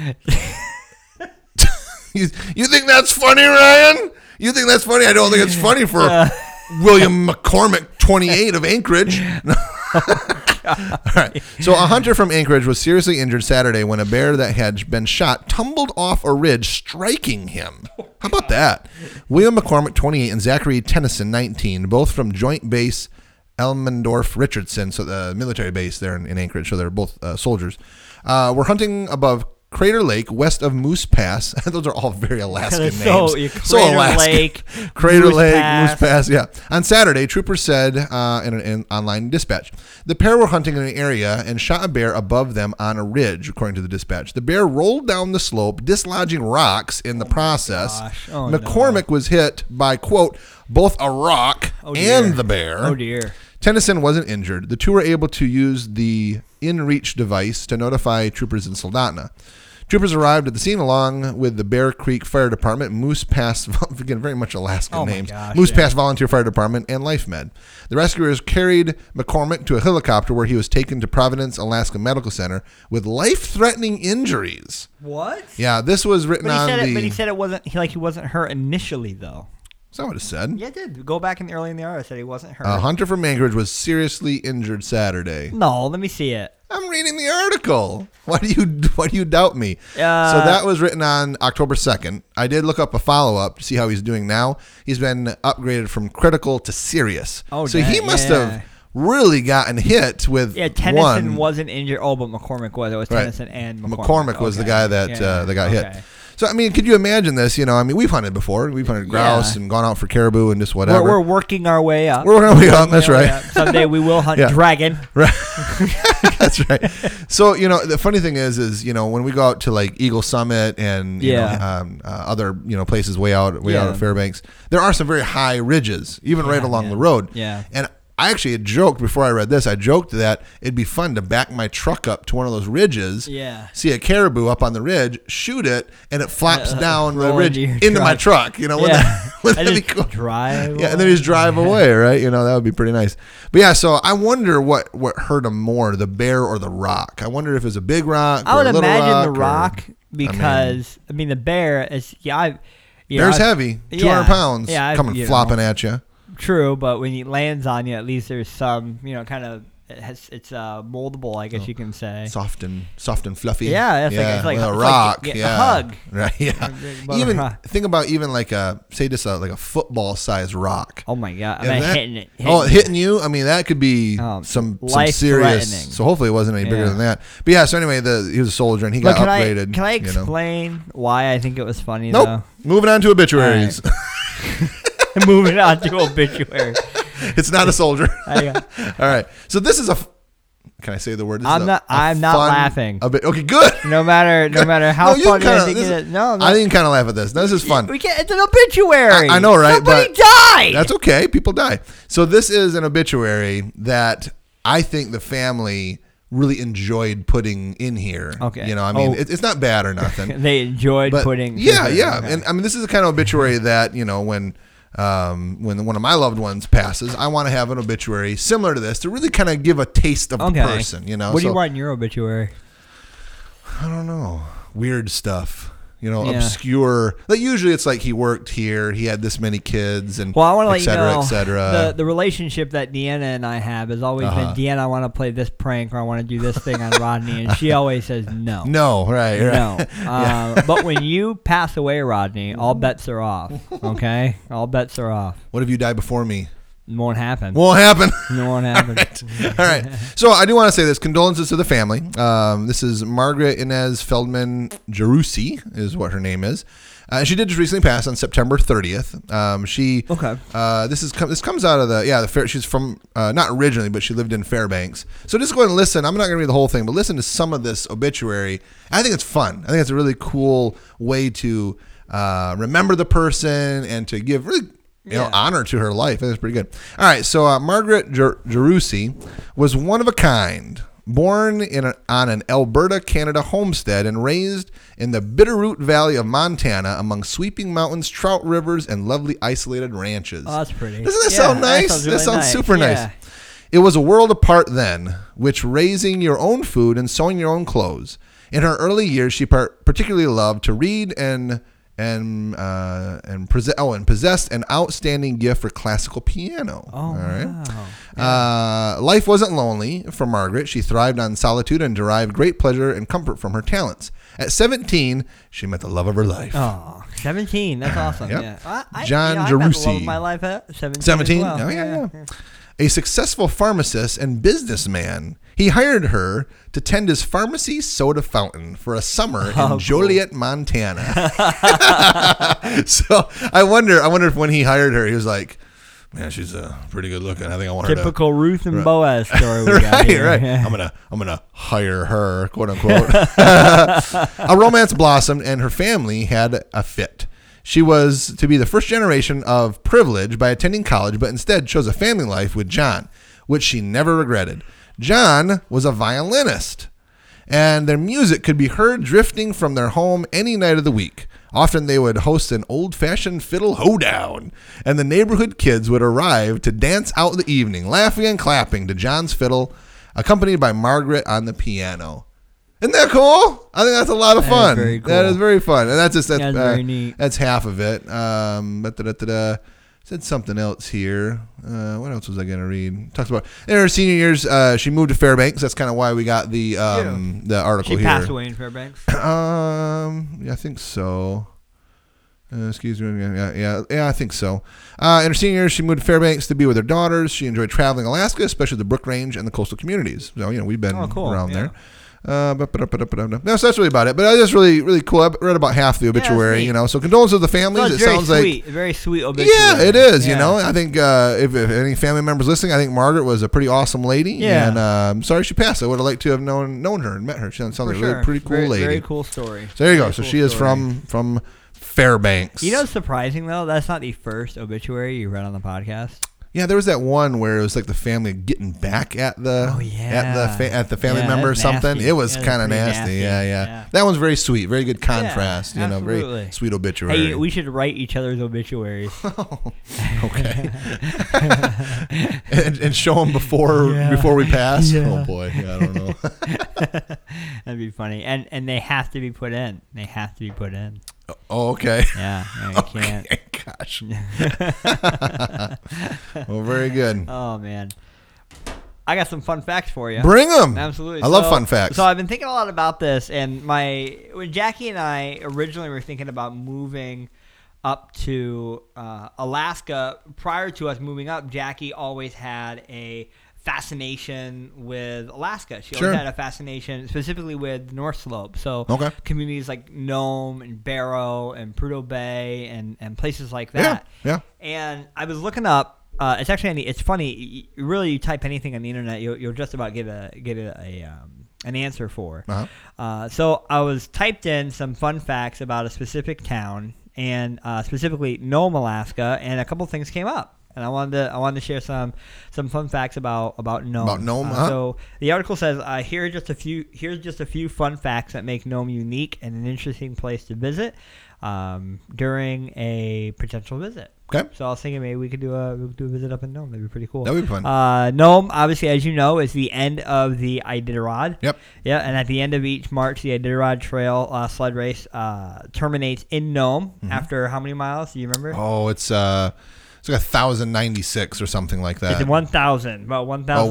Speaker 2: you, you think that's funny, Ryan? You think that's funny? I don't think it's funny for William McCormick, 28 of Anchorage. (laughs) All right. So, a hunter from Anchorage was seriously injured Saturday when a bear that had been shot tumbled off a ridge, striking him. How about that? William McCormick, 28, and Zachary Tennyson, 19, both from Joint Base Elmendorf Richardson, so the military base there in, in Anchorage, so they're both uh, soldiers, uh, were hunting above Crater Lake, west of Moose Pass. (laughs) Those are all very Alaskan
Speaker 1: Kinda
Speaker 2: names.
Speaker 1: so, yeah, Crater Lake,
Speaker 2: (laughs) Crater
Speaker 1: Moose
Speaker 2: Lake,
Speaker 1: Pass.
Speaker 2: Moose Pass. Pass, yeah. On Saturday, troopers said uh, in an in online dispatch the pair were hunting in an area and shot a bear above them on a ridge, according to the dispatch. The bear rolled down the slope, dislodging rocks in the process.
Speaker 1: Oh gosh. Oh, no.
Speaker 2: McCormick was hit by, quote, both a rock
Speaker 1: dear.
Speaker 2: and the bear.
Speaker 1: oh dear.
Speaker 2: Tennyson wasn't injured. The two were able to use the InReach device to notify troopers in Soldotna. Troopers arrived at the scene along with the Bear Creek Fire Department, Moose Pass, (laughs) again, very much Alaskan
Speaker 1: Oh my
Speaker 2: names,
Speaker 1: gosh,
Speaker 2: Moose
Speaker 1: yeah.
Speaker 2: Pass Volunteer Fire Department, and Life Med. The rescuers carried McCormick to a helicopter where he was taken to Providence, Alaska Medical Center with life threatening injuries.
Speaker 1: What?
Speaker 2: Yeah, this was written
Speaker 1: But he
Speaker 2: on
Speaker 1: said
Speaker 2: the.
Speaker 1: it. But he said it wasn't. He like he wasn't hurt initially though.
Speaker 2: is that what it said?
Speaker 1: Yeah, it did go back in the early in the hour. I said he wasn't hurt.
Speaker 2: A hunter from Anchorage was seriously injured Saturday.
Speaker 1: No, let me see it.
Speaker 2: I'm reading the article. Why do you why do you doubt me?
Speaker 1: Uh,
Speaker 2: so that was written on October 2nd. I did look up a follow up to see how he's doing now. He's been upgraded from critical to serious.
Speaker 1: Oh,
Speaker 2: so
Speaker 1: dang,
Speaker 2: he must
Speaker 1: yeah.
Speaker 2: have really gotten hit with
Speaker 1: Yeah, Tennyson
Speaker 2: one.
Speaker 1: wasn't injured. Oh, but McCormick was. It was
Speaker 2: Right.
Speaker 1: Tennyson and McCormick.
Speaker 2: McCormick was the
Speaker 1: Okay.
Speaker 2: guy that
Speaker 1: Yeah,
Speaker 2: uh, that got
Speaker 1: okay.
Speaker 2: hit. So I mean, could you imagine this? You know, I mean, we've hunted before. We've hunted grouse
Speaker 1: Yeah.
Speaker 2: and gone out for caribou and just
Speaker 1: We're,
Speaker 2: whatever.
Speaker 1: we're working our way up.
Speaker 2: We're working our way up. (laughs) That's
Speaker 1: Yeah,
Speaker 2: right.
Speaker 1: yeah. Someday we will hunt
Speaker 2: (laughs) Yeah.
Speaker 1: dragon.
Speaker 2: Right. That's right. So you know the funny thing is, is you know when we go out to like Eagle Summit and you
Speaker 1: Yeah.
Speaker 2: know, um, uh, other you know places way out way out
Speaker 1: Yeah.
Speaker 2: of Fairbanks, there are some very high ridges, even right along the road.
Speaker 1: Yeah.
Speaker 2: And I actually had joked before I read this. I joked that it'd be fun to back my truck up to one of those ridges.
Speaker 1: Yeah.
Speaker 2: See a caribou up on the ridge, shoot it, and it flops
Speaker 1: Uh,
Speaker 2: down the
Speaker 1: roll
Speaker 2: ridge
Speaker 1: into your
Speaker 2: into my truck. You know, wouldn't
Speaker 1: Yeah.
Speaker 2: that, (laughs)
Speaker 1: (laughs)
Speaker 2: wouldn't
Speaker 1: I
Speaker 2: that be
Speaker 1: just
Speaker 2: cool?
Speaker 1: drive
Speaker 2: Yeah, and then just drive away, right? You know, that would be pretty nice. But yeah, so I wonder what what hurt him more, the bear or the rock. I wonder if it's a big rock.
Speaker 1: I
Speaker 2: or
Speaker 1: would
Speaker 2: a little
Speaker 1: imagine
Speaker 2: rock
Speaker 1: the
Speaker 2: or-
Speaker 1: rock because I mean, the bear is yeah. I, you know,
Speaker 2: bear's
Speaker 1: I-
Speaker 2: heavy, two
Speaker 1: yeah,
Speaker 2: hundred pounds,
Speaker 1: yeah, I-
Speaker 2: coming
Speaker 1: you know.
Speaker 2: flopping at you.
Speaker 1: True, but when it lands on you, at least there's some you know kind of it has, it's uh, moldable, I guess you can say.
Speaker 2: soft and soft and fluffy.
Speaker 1: Yeah, it's like- it's like-
Speaker 2: with a
Speaker 1: it's like
Speaker 2: rock.
Speaker 1: getting a
Speaker 2: yeah,
Speaker 1: hug.
Speaker 2: (laughs) Right. Yeah.
Speaker 1: (laughs) big ball of
Speaker 2: Even
Speaker 1: rock.
Speaker 2: think about even like a say just a, like a football sized rock.
Speaker 1: Oh my god! I'm
Speaker 2: If that-
Speaker 1: hitting it.
Speaker 2: oh,
Speaker 1: hitting it.
Speaker 2: hitting you! I mean, that could be
Speaker 1: Um,
Speaker 2: some, some
Speaker 1: life-threatening.
Speaker 2: serious. So hopefully, it wasn't any bigger
Speaker 1: Yeah.
Speaker 2: than that. But yeah, so anyway, the he was a soldier and he
Speaker 1: Look,
Speaker 2: got
Speaker 1: can
Speaker 2: upgraded.
Speaker 1: I can I
Speaker 2: you know.
Speaker 1: explain uh, why I think it was funny
Speaker 2: Nope. Moving on to obituaries.
Speaker 1: though? (laughs) Moving on to obituary.
Speaker 2: (laughs) it's not a soldier.
Speaker 1: (laughs)
Speaker 2: All
Speaker 1: I-
Speaker 2: right. So this is a. f- Can I say the word? This
Speaker 1: I'm
Speaker 2: is a-
Speaker 1: not-
Speaker 2: a
Speaker 1: I'm not
Speaker 2: fun
Speaker 1: laughing.
Speaker 2: obit- okay, good.
Speaker 1: No matter no matter how
Speaker 2: you
Speaker 1: funny
Speaker 2: kinda-
Speaker 1: I think
Speaker 2: this
Speaker 1: it
Speaker 2: is-
Speaker 1: is. No, no
Speaker 2: I didn't kind of laugh at this. No, this is fun.
Speaker 1: we can't. It's an obituary.
Speaker 2: I- I know, right,
Speaker 1: Somebody
Speaker 2: but-
Speaker 1: died.
Speaker 2: That's okay. People die. So this is an obituary that I think the family really enjoyed putting in here.
Speaker 1: Okay.
Speaker 2: You know, I mean,
Speaker 1: Oh.
Speaker 2: it, it's not bad or nothing.
Speaker 1: they (laughs) enjoyed
Speaker 2: but
Speaker 1: putting.
Speaker 2: yeah, yeah.
Speaker 1: Okay.
Speaker 2: And I mean, this is the kind of obituary that you know when. Um, when one of my loved ones passes, I want to have an obituary similar to this to really kind of give a taste of
Speaker 1: okay.
Speaker 2: the person, you know.
Speaker 1: What do
Speaker 2: So-
Speaker 1: you want in your obituary?
Speaker 2: I don't know. Weird stuff. You know,
Speaker 1: Yeah.
Speaker 2: obscure. Like usually, it's like he worked here. He had this many kids, and
Speaker 1: Well, I want to
Speaker 2: et
Speaker 1: let you
Speaker 2: cetera,
Speaker 1: know
Speaker 2: et cetera.
Speaker 1: the the relationship that Deanna and I have has always
Speaker 2: Uh-huh.
Speaker 1: been Deanna. I want to play this prank or I want to do this thing on Rodney, and she always says no.
Speaker 2: (laughs) no, right, right.
Speaker 1: No.
Speaker 2: (laughs)
Speaker 1: Uh, but when you pass away, Rodney, all bets are off. Okay? All bets are off.
Speaker 2: What if you die before me?
Speaker 1: It won't happen.
Speaker 2: Won't happen. (laughs)
Speaker 1: it won't happen.
Speaker 2: All right. So I do want to say this. Condolences to the family. Um, this is Margaret Inez Feldman Jerusi is what her name is. Uh, she did just recently pass on September 30th. Um, she
Speaker 1: Okay.
Speaker 2: Uh, this is com- this comes out of the yeah the fair. She's from uh, not originally, but she lived in Fairbanks. So just go ahead and listen. I'm not gonna read the whole thing, but listen to some of this obituary. I think it's fun. I think it's a really cool way to uh, remember the person and to give really you know
Speaker 1: Yeah.
Speaker 2: honor to her life. That's pretty good. All right, so uh, Margaret Jer- Jerusi was one of a kind. Born in a, on an Alberta, Canada homestead and raised in the Bitterroot Valley of Montana among sweeping mountains, trout rivers, and lovely isolated ranches.
Speaker 1: Oh, that's pretty.
Speaker 2: Doesn't that
Speaker 1: Yeah,
Speaker 2: sound
Speaker 1: that
Speaker 2: nice?
Speaker 1: sounds
Speaker 2: That sounds,
Speaker 1: really nice.
Speaker 2: super
Speaker 1: Yeah.
Speaker 2: nice. It was a world apart then, which raising your own food and sewing your own clothes. In her early years, she par- particularly loved to read and and uh, and pose- oh, and possessed an outstanding gift for classical piano.
Speaker 1: Oh,
Speaker 2: All right.
Speaker 1: wow.
Speaker 2: Uh, life wasn't lonely for Margaret. She thrived on solitude and derived great pleasure and comfort from her talents. At 17, she met the love of her life.
Speaker 1: Oh, 17. That's awesome.
Speaker 2: Ah, Yep.
Speaker 1: Yeah. I, I,
Speaker 2: John
Speaker 1: you know, I met the love of
Speaker 2: Jerussi.
Speaker 1: my life at 17. as
Speaker 2: 17?
Speaker 1: well.
Speaker 2: Oh, yeah, yeah. A successful pharmacist and businessman, he hired her to tend his pharmacy soda fountain for
Speaker 1: (laughs)
Speaker 2: a summer
Speaker 1: Oh,
Speaker 2: in Joliet, Montana. (laughs) so I wonder, I wonder if when he hired her, he was like, "Man, she's uh, pretty good looking. I think I want her to."
Speaker 1: Typical Ruth and Boaz story. We got
Speaker 2: (laughs) right,
Speaker 1: here.
Speaker 2: right.
Speaker 1: Yeah.
Speaker 2: I'm gonna, I'm gonna hire her,
Speaker 1: (laughs)
Speaker 2: quote unquote. (laughs) a romance blossomed, and her family had a fit. She was to be the first generation of privilege by attending college, but instead chose a family life with John, which she never regretted. John was a violinist, and their music could be heard drifting from their home any night of the week. Often they would host an old fashioned fiddle hoedown, and the neighborhood kids would arrive to dance out the evening, laughing and clapping to John's fiddle, accompanied by Margaret on the piano. Isn't that cool? I think that's a lot of
Speaker 1: That is
Speaker 2: fun.
Speaker 1: very cool.
Speaker 2: That is very fun, and that's just that's,
Speaker 1: That's
Speaker 2: uh,
Speaker 1: very neat.
Speaker 2: that's half of it. Um, but da, da, da, da. said something else here. Uh, what else was I gonna read? Talks about in her senior years, uh, she moved to Fairbanks. That's kind of why we got the um, the
Speaker 1: (laughs) She
Speaker 2: article here.
Speaker 1: passed away in Fairbanks.
Speaker 2: Um, yeah, I think so. Uh, excuse me. Yeah, yeah, yeah, yeah, I think so. Uh, in her senior year, she moved to Fairbanks to be with her daughters. She enjoyed traveling Alaska, especially the Brook Range and the coastal communities. So you know we've been
Speaker 1: Oh, cool.
Speaker 2: around
Speaker 1: Yeah.
Speaker 2: there. Uh, but, but, but, but, but, but, no, so that's really about it. But I just really, really cool. I read about half the
Speaker 1: that's
Speaker 2: obituary,
Speaker 1: neat.
Speaker 2: you know. So condolences to the
Speaker 1: No,
Speaker 2: families.
Speaker 1: it's
Speaker 2: it
Speaker 1: very
Speaker 2: sounds like
Speaker 1: sweet. very sweet obituary.
Speaker 2: yeah, it is. You
Speaker 1: Yeah.
Speaker 2: know, I think uh, if, if any family members listening, I think Margaret was a pretty awesome lady.
Speaker 1: Yeah.
Speaker 2: and uh, I'm sorry she passed. I would have liked to have known known her and met her. She sounds
Speaker 1: For
Speaker 2: like a
Speaker 1: sure.
Speaker 2: really pretty cool
Speaker 1: very,
Speaker 2: lady.
Speaker 1: Very cool story.
Speaker 2: So there you go.
Speaker 1: Very
Speaker 2: So
Speaker 1: cool
Speaker 2: she is
Speaker 1: story.
Speaker 2: from from Fairbanks.
Speaker 1: You know, it's surprising though. That's not the first obituary you read on the podcast.
Speaker 2: yeah, there was that one where it was like the family getting back at the
Speaker 1: Oh,
Speaker 2: at the
Speaker 1: yeah.
Speaker 2: fa- at the family
Speaker 1: Yeah,
Speaker 2: member or
Speaker 1: that's
Speaker 2: something.
Speaker 1: nasty.
Speaker 2: It was
Speaker 1: Yeah, that's
Speaker 2: kind of
Speaker 1: pretty
Speaker 2: nasty.
Speaker 1: nasty.
Speaker 2: Yeah, yeah,
Speaker 1: Yeah.
Speaker 2: That one's very sweet. Very good contrast. you know, very
Speaker 1: absolutely.
Speaker 2: sweet obituary.
Speaker 1: Hey, we (laughs) should write each other's obituaries.
Speaker 2: (laughs)
Speaker 1: (laughs)
Speaker 2: okay. (laughs) and, and show them before before we pass. Oh boy, yeah, I don't
Speaker 1: (laughs)
Speaker 2: know.
Speaker 1: That'd be funny. And and they have to be put in. They have to be put in.
Speaker 2: oh, (laughs) okay.
Speaker 1: Yeah, no, you can't. (laughs)
Speaker 2: Gosh. (laughs) well, very good.
Speaker 1: Oh man, I got some fun facts for you.
Speaker 2: Bring them.
Speaker 1: Absolutely.
Speaker 2: I love
Speaker 1: So-
Speaker 2: fun facts.
Speaker 1: So I've been thinking a lot about this, and my when Jackie and I originally were thinking about moving up to uh, Alaska. Prior to us moving up, Jackie always had a fascination with Alaska. She
Speaker 2: Sure.
Speaker 1: always had a fascination specifically with the North Slope. So
Speaker 2: Okay.
Speaker 1: communities like Nome and Barrow and Prudhoe Bay and and places like
Speaker 2: Yeah,
Speaker 1: that.
Speaker 2: yeah.
Speaker 1: And I was looking up. Uh, it's actually on the, it's funny. You, really, you type anything on the internet, you'll, you'll just about get a get a, a um, an answer for.
Speaker 2: Uh-huh.
Speaker 1: Uh, so I was typed in some fun facts about a specific town and uh, specifically Nome, Alaska, and a couple things came up. And I wanted to I wanted to share some some fun facts about about Nome.
Speaker 2: About Nome,
Speaker 1: Uh,
Speaker 2: huh?
Speaker 1: So the article says uh, here are just a few here's just a few fun facts that make Nome unique and an interesting place to visit um, during a potential visit.
Speaker 2: Okay.
Speaker 1: So I was thinking maybe we could do a we could do a visit up in Nome. That'd be pretty cool.
Speaker 2: That'd be fun.
Speaker 1: Uh, Nome, obviously, as you know, is the end of the Iditarod.
Speaker 2: Yep.
Speaker 1: Yeah, and at the end of each March, the Iditarod Trail uh, sled race uh, terminates in Nome
Speaker 2: Mm-hmm.
Speaker 1: after how many miles? Do you remember?
Speaker 2: Oh, it's uh, it's like a thousand ninety six or something like that.
Speaker 1: It's in 1,000, about 1,000
Speaker 2: Oh,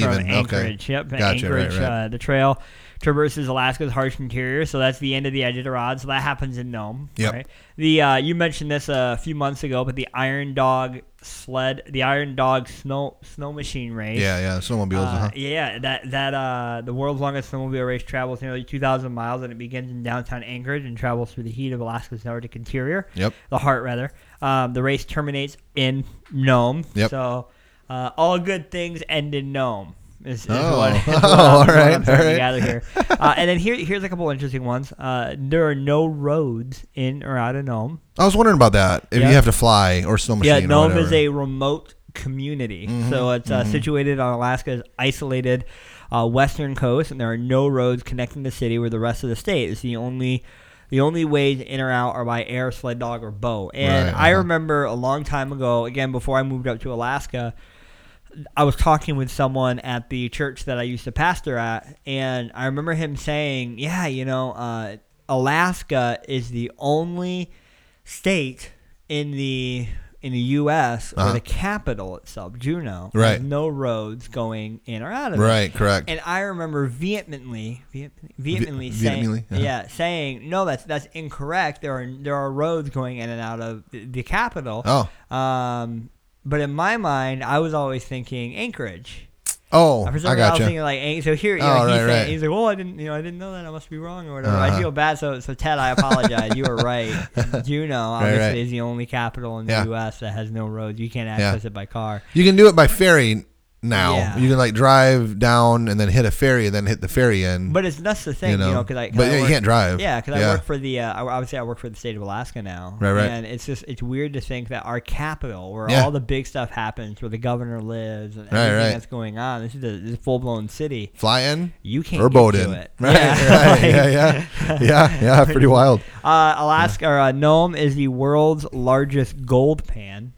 Speaker 1: miles from
Speaker 2: even, okay.
Speaker 1: Anchorage. Yep,
Speaker 2: Gotcha, right,
Speaker 1: Anchorage.
Speaker 2: right.
Speaker 1: Uh, the trail traverses Alaska's harsh interior, so that's the end of the Iditarod. So that happens in Nome.
Speaker 2: Yep.
Speaker 1: The uh, you mentioned this a few months ago, but the Iron Dog sled, the Iron Dog snow snow machine race.
Speaker 2: yeah, yeah, snowmobiles.
Speaker 1: Uh,
Speaker 2: uh-huh.
Speaker 1: Yeah, that that uh, the world's longest snowmobile race travels nearly 2,000 miles, and it begins in downtown Anchorage and travels through the heat of Alaska's Arctic interior.
Speaker 2: Yep.
Speaker 1: the heart rather. Um, the race terminates in Nome.
Speaker 2: Yep.
Speaker 1: So, uh, all good things end in Nome. Is, is
Speaker 2: Oh. (laughs)
Speaker 1: what, is (laughs)
Speaker 2: Oh,
Speaker 1: what
Speaker 2: all
Speaker 1: I'm- is what I'm
Speaker 2: right,
Speaker 1: trying
Speaker 2: all
Speaker 1: to
Speaker 2: right.
Speaker 1: gather
Speaker 2: (laughs)
Speaker 1: here. Uh, and then here, here's a couple interesting ones. Uh, there are no roads in or out of Nome.
Speaker 2: I was wondering about that. If
Speaker 1: Yeah.
Speaker 2: you have to fly or snow machine.
Speaker 1: Yeah,
Speaker 2: or
Speaker 1: Nome is
Speaker 2: whatever. Mm-hmm,
Speaker 1: a remote community, so it's uh, situated on Alaska's isolated uh, western coast, and there are no roads connecting the city with the rest of the state. It's the only the only ways in or out are by air, sled dog, or boat. And
Speaker 2: Right,
Speaker 1: I
Speaker 2: uh-huh.
Speaker 1: remember a long time ago, again before I moved up to Alaska. I was talking with someone at the church that I used to pastor at, and I remember him saying, "Yeah, you know, uh, Alaska is the only state in the in the U.S. where
Speaker 2: Uh-huh.
Speaker 1: the capital itself, Juneau,
Speaker 2: Right.
Speaker 1: has no roads going in or out of it."
Speaker 2: Right, correct.
Speaker 1: And I remember vehemently, vehemently, vehemently
Speaker 2: Ve-
Speaker 1: saying,
Speaker 2: vehemently, uh-huh.
Speaker 1: yeah, saying, no, that's that's incorrect. There are there are roads going in and out of the, the capital.
Speaker 2: Oh.
Speaker 1: Um, but in my mind, I was always thinking Anchorage. Uh,
Speaker 2: Oh,
Speaker 1: For
Speaker 2: I
Speaker 1: some reason, I was
Speaker 2: gotcha.
Speaker 1: thinking like Anch- so here. You know,
Speaker 2: Oh,
Speaker 1: he's,
Speaker 2: right,
Speaker 1: saying,
Speaker 2: right.
Speaker 1: he's like, well, I didn't, you know, I didn't know that. I must be wrong or whatever. I
Speaker 2: Uh-huh.
Speaker 1: feel bad. So, so Ted, I apologize. you were right.
Speaker 2: (laughs)
Speaker 1: Juneau obviously
Speaker 2: right.
Speaker 1: is the only capital in the
Speaker 2: Yeah.
Speaker 1: U.S. that has no roads. You can't access it by car.
Speaker 2: You can do it by ferry now.
Speaker 1: Yeah.
Speaker 2: You can like drive down and then hit a ferry and then hit the ferry in.
Speaker 1: But it's that's the thing, you
Speaker 2: You
Speaker 1: know,
Speaker 2: know,
Speaker 1: because I, 'cause
Speaker 2: but
Speaker 1: I
Speaker 2: yeah, you
Speaker 1: work-
Speaker 2: can't drive.
Speaker 1: Yeah, because I
Speaker 2: Yeah.
Speaker 1: work for the. Uh, I I would say I work for the state of Alaska now.
Speaker 2: Right, right.
Speaker 1: And it's just it's weird to think that our capital, where
Speaker 2: Yeah.
Speaker 1: all the big stuff happens, where the governor lives, and
Speaker 2: Right,
Speaker 1: everything
Speaker 2: right.
Speaker 1: that's going on, this is a, this full blown city.
Speaker 2: Fly in
Speaker 1: You can't
Speaker 2: or
Speaker 1: get
Speaker 2: boat
Speaker 1: to
Speaker 2: in.
Speaker 1: it.
Speaker 2: (laughs) Right,
Speaker 1: Yeah, (laughs) like-
Speaker 2: right. yeah, yeah. Yeah, yeah. Pretty wild.
Speaker 1: Uh, Alaska or uh, Nome is the world's largest gold pan.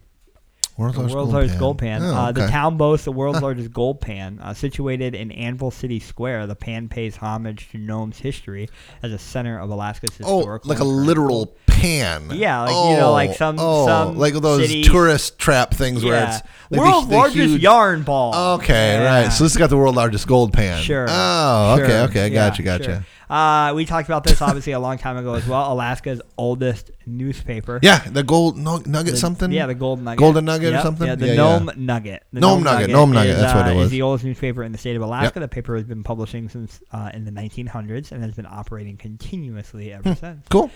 Speaker 2: World's
Speaker 1: The world's largest gold pan.
Speaker 2: Oh,
Speaker 1: uh, The
Speaker 2: okay.
Speaker 1: town
Speaker 2: (laughs)
Speaker 1: boasts the world's largest gold pan. Uh, situated in Anvil City Square, the pan pays homage to Nome's history as a center of Alaska's
Speaker 2: Oh,
Speaker 1: historical.
Speaker 2: like a
Speaker 1: and current
Speaker 2: literal pan.
Speaker 1: Yeah, like, you know, like some-
Speaker 2: oh,
Speaker 1: some
Speaker 2: like those
Speaker 1: city-
Speaker 2: tourist trap things where it's like
Speaker 1: world's
Speaker 2: the, the
Speaker 1: largest
Speaker 2: huge-
Speaker 1: yarn ball.
Speaker 2: Okay,
Speaker 1: Yeah.
Speaker 2: right. So this has got the world's largest gold pan.
Speaker 1: Sure.
Speaker 2: Oh, okay,
Speaker 1: Sure.
Speaker 2: okay.
Speaker 1: Yeah,
Speaker 2: Gotcha, gotcha.
Speaker 1: sure. Uh, we talked about this obviously a long time ago as well. Alaska's oldest newspaper.
Speaker 2: Yeah, the gold nug- nugget something.
Speaker 1: Yeah, the Golden Nugget.
Speaker 2: Golden Nugget or
Speaker 1: Yep,
Speaker 2: something?
Speaker 1: Yeah, the
Speaker 2: Yeah, yeah.
Speaker 1: Gnome Nugget. The
Speaker 2: Gnome Nugget, Gnome Nugget,
Speaker 1: is,
Speaker 2: that's what it
Speaker 1: uh, Is
Speaker 2: was.
Speaker 1: the oldest newspaper in the state of Alaska. The paper has been publishing since uh, in the 1900s and has been operating continuously ever since.
Speaker 2: Cool.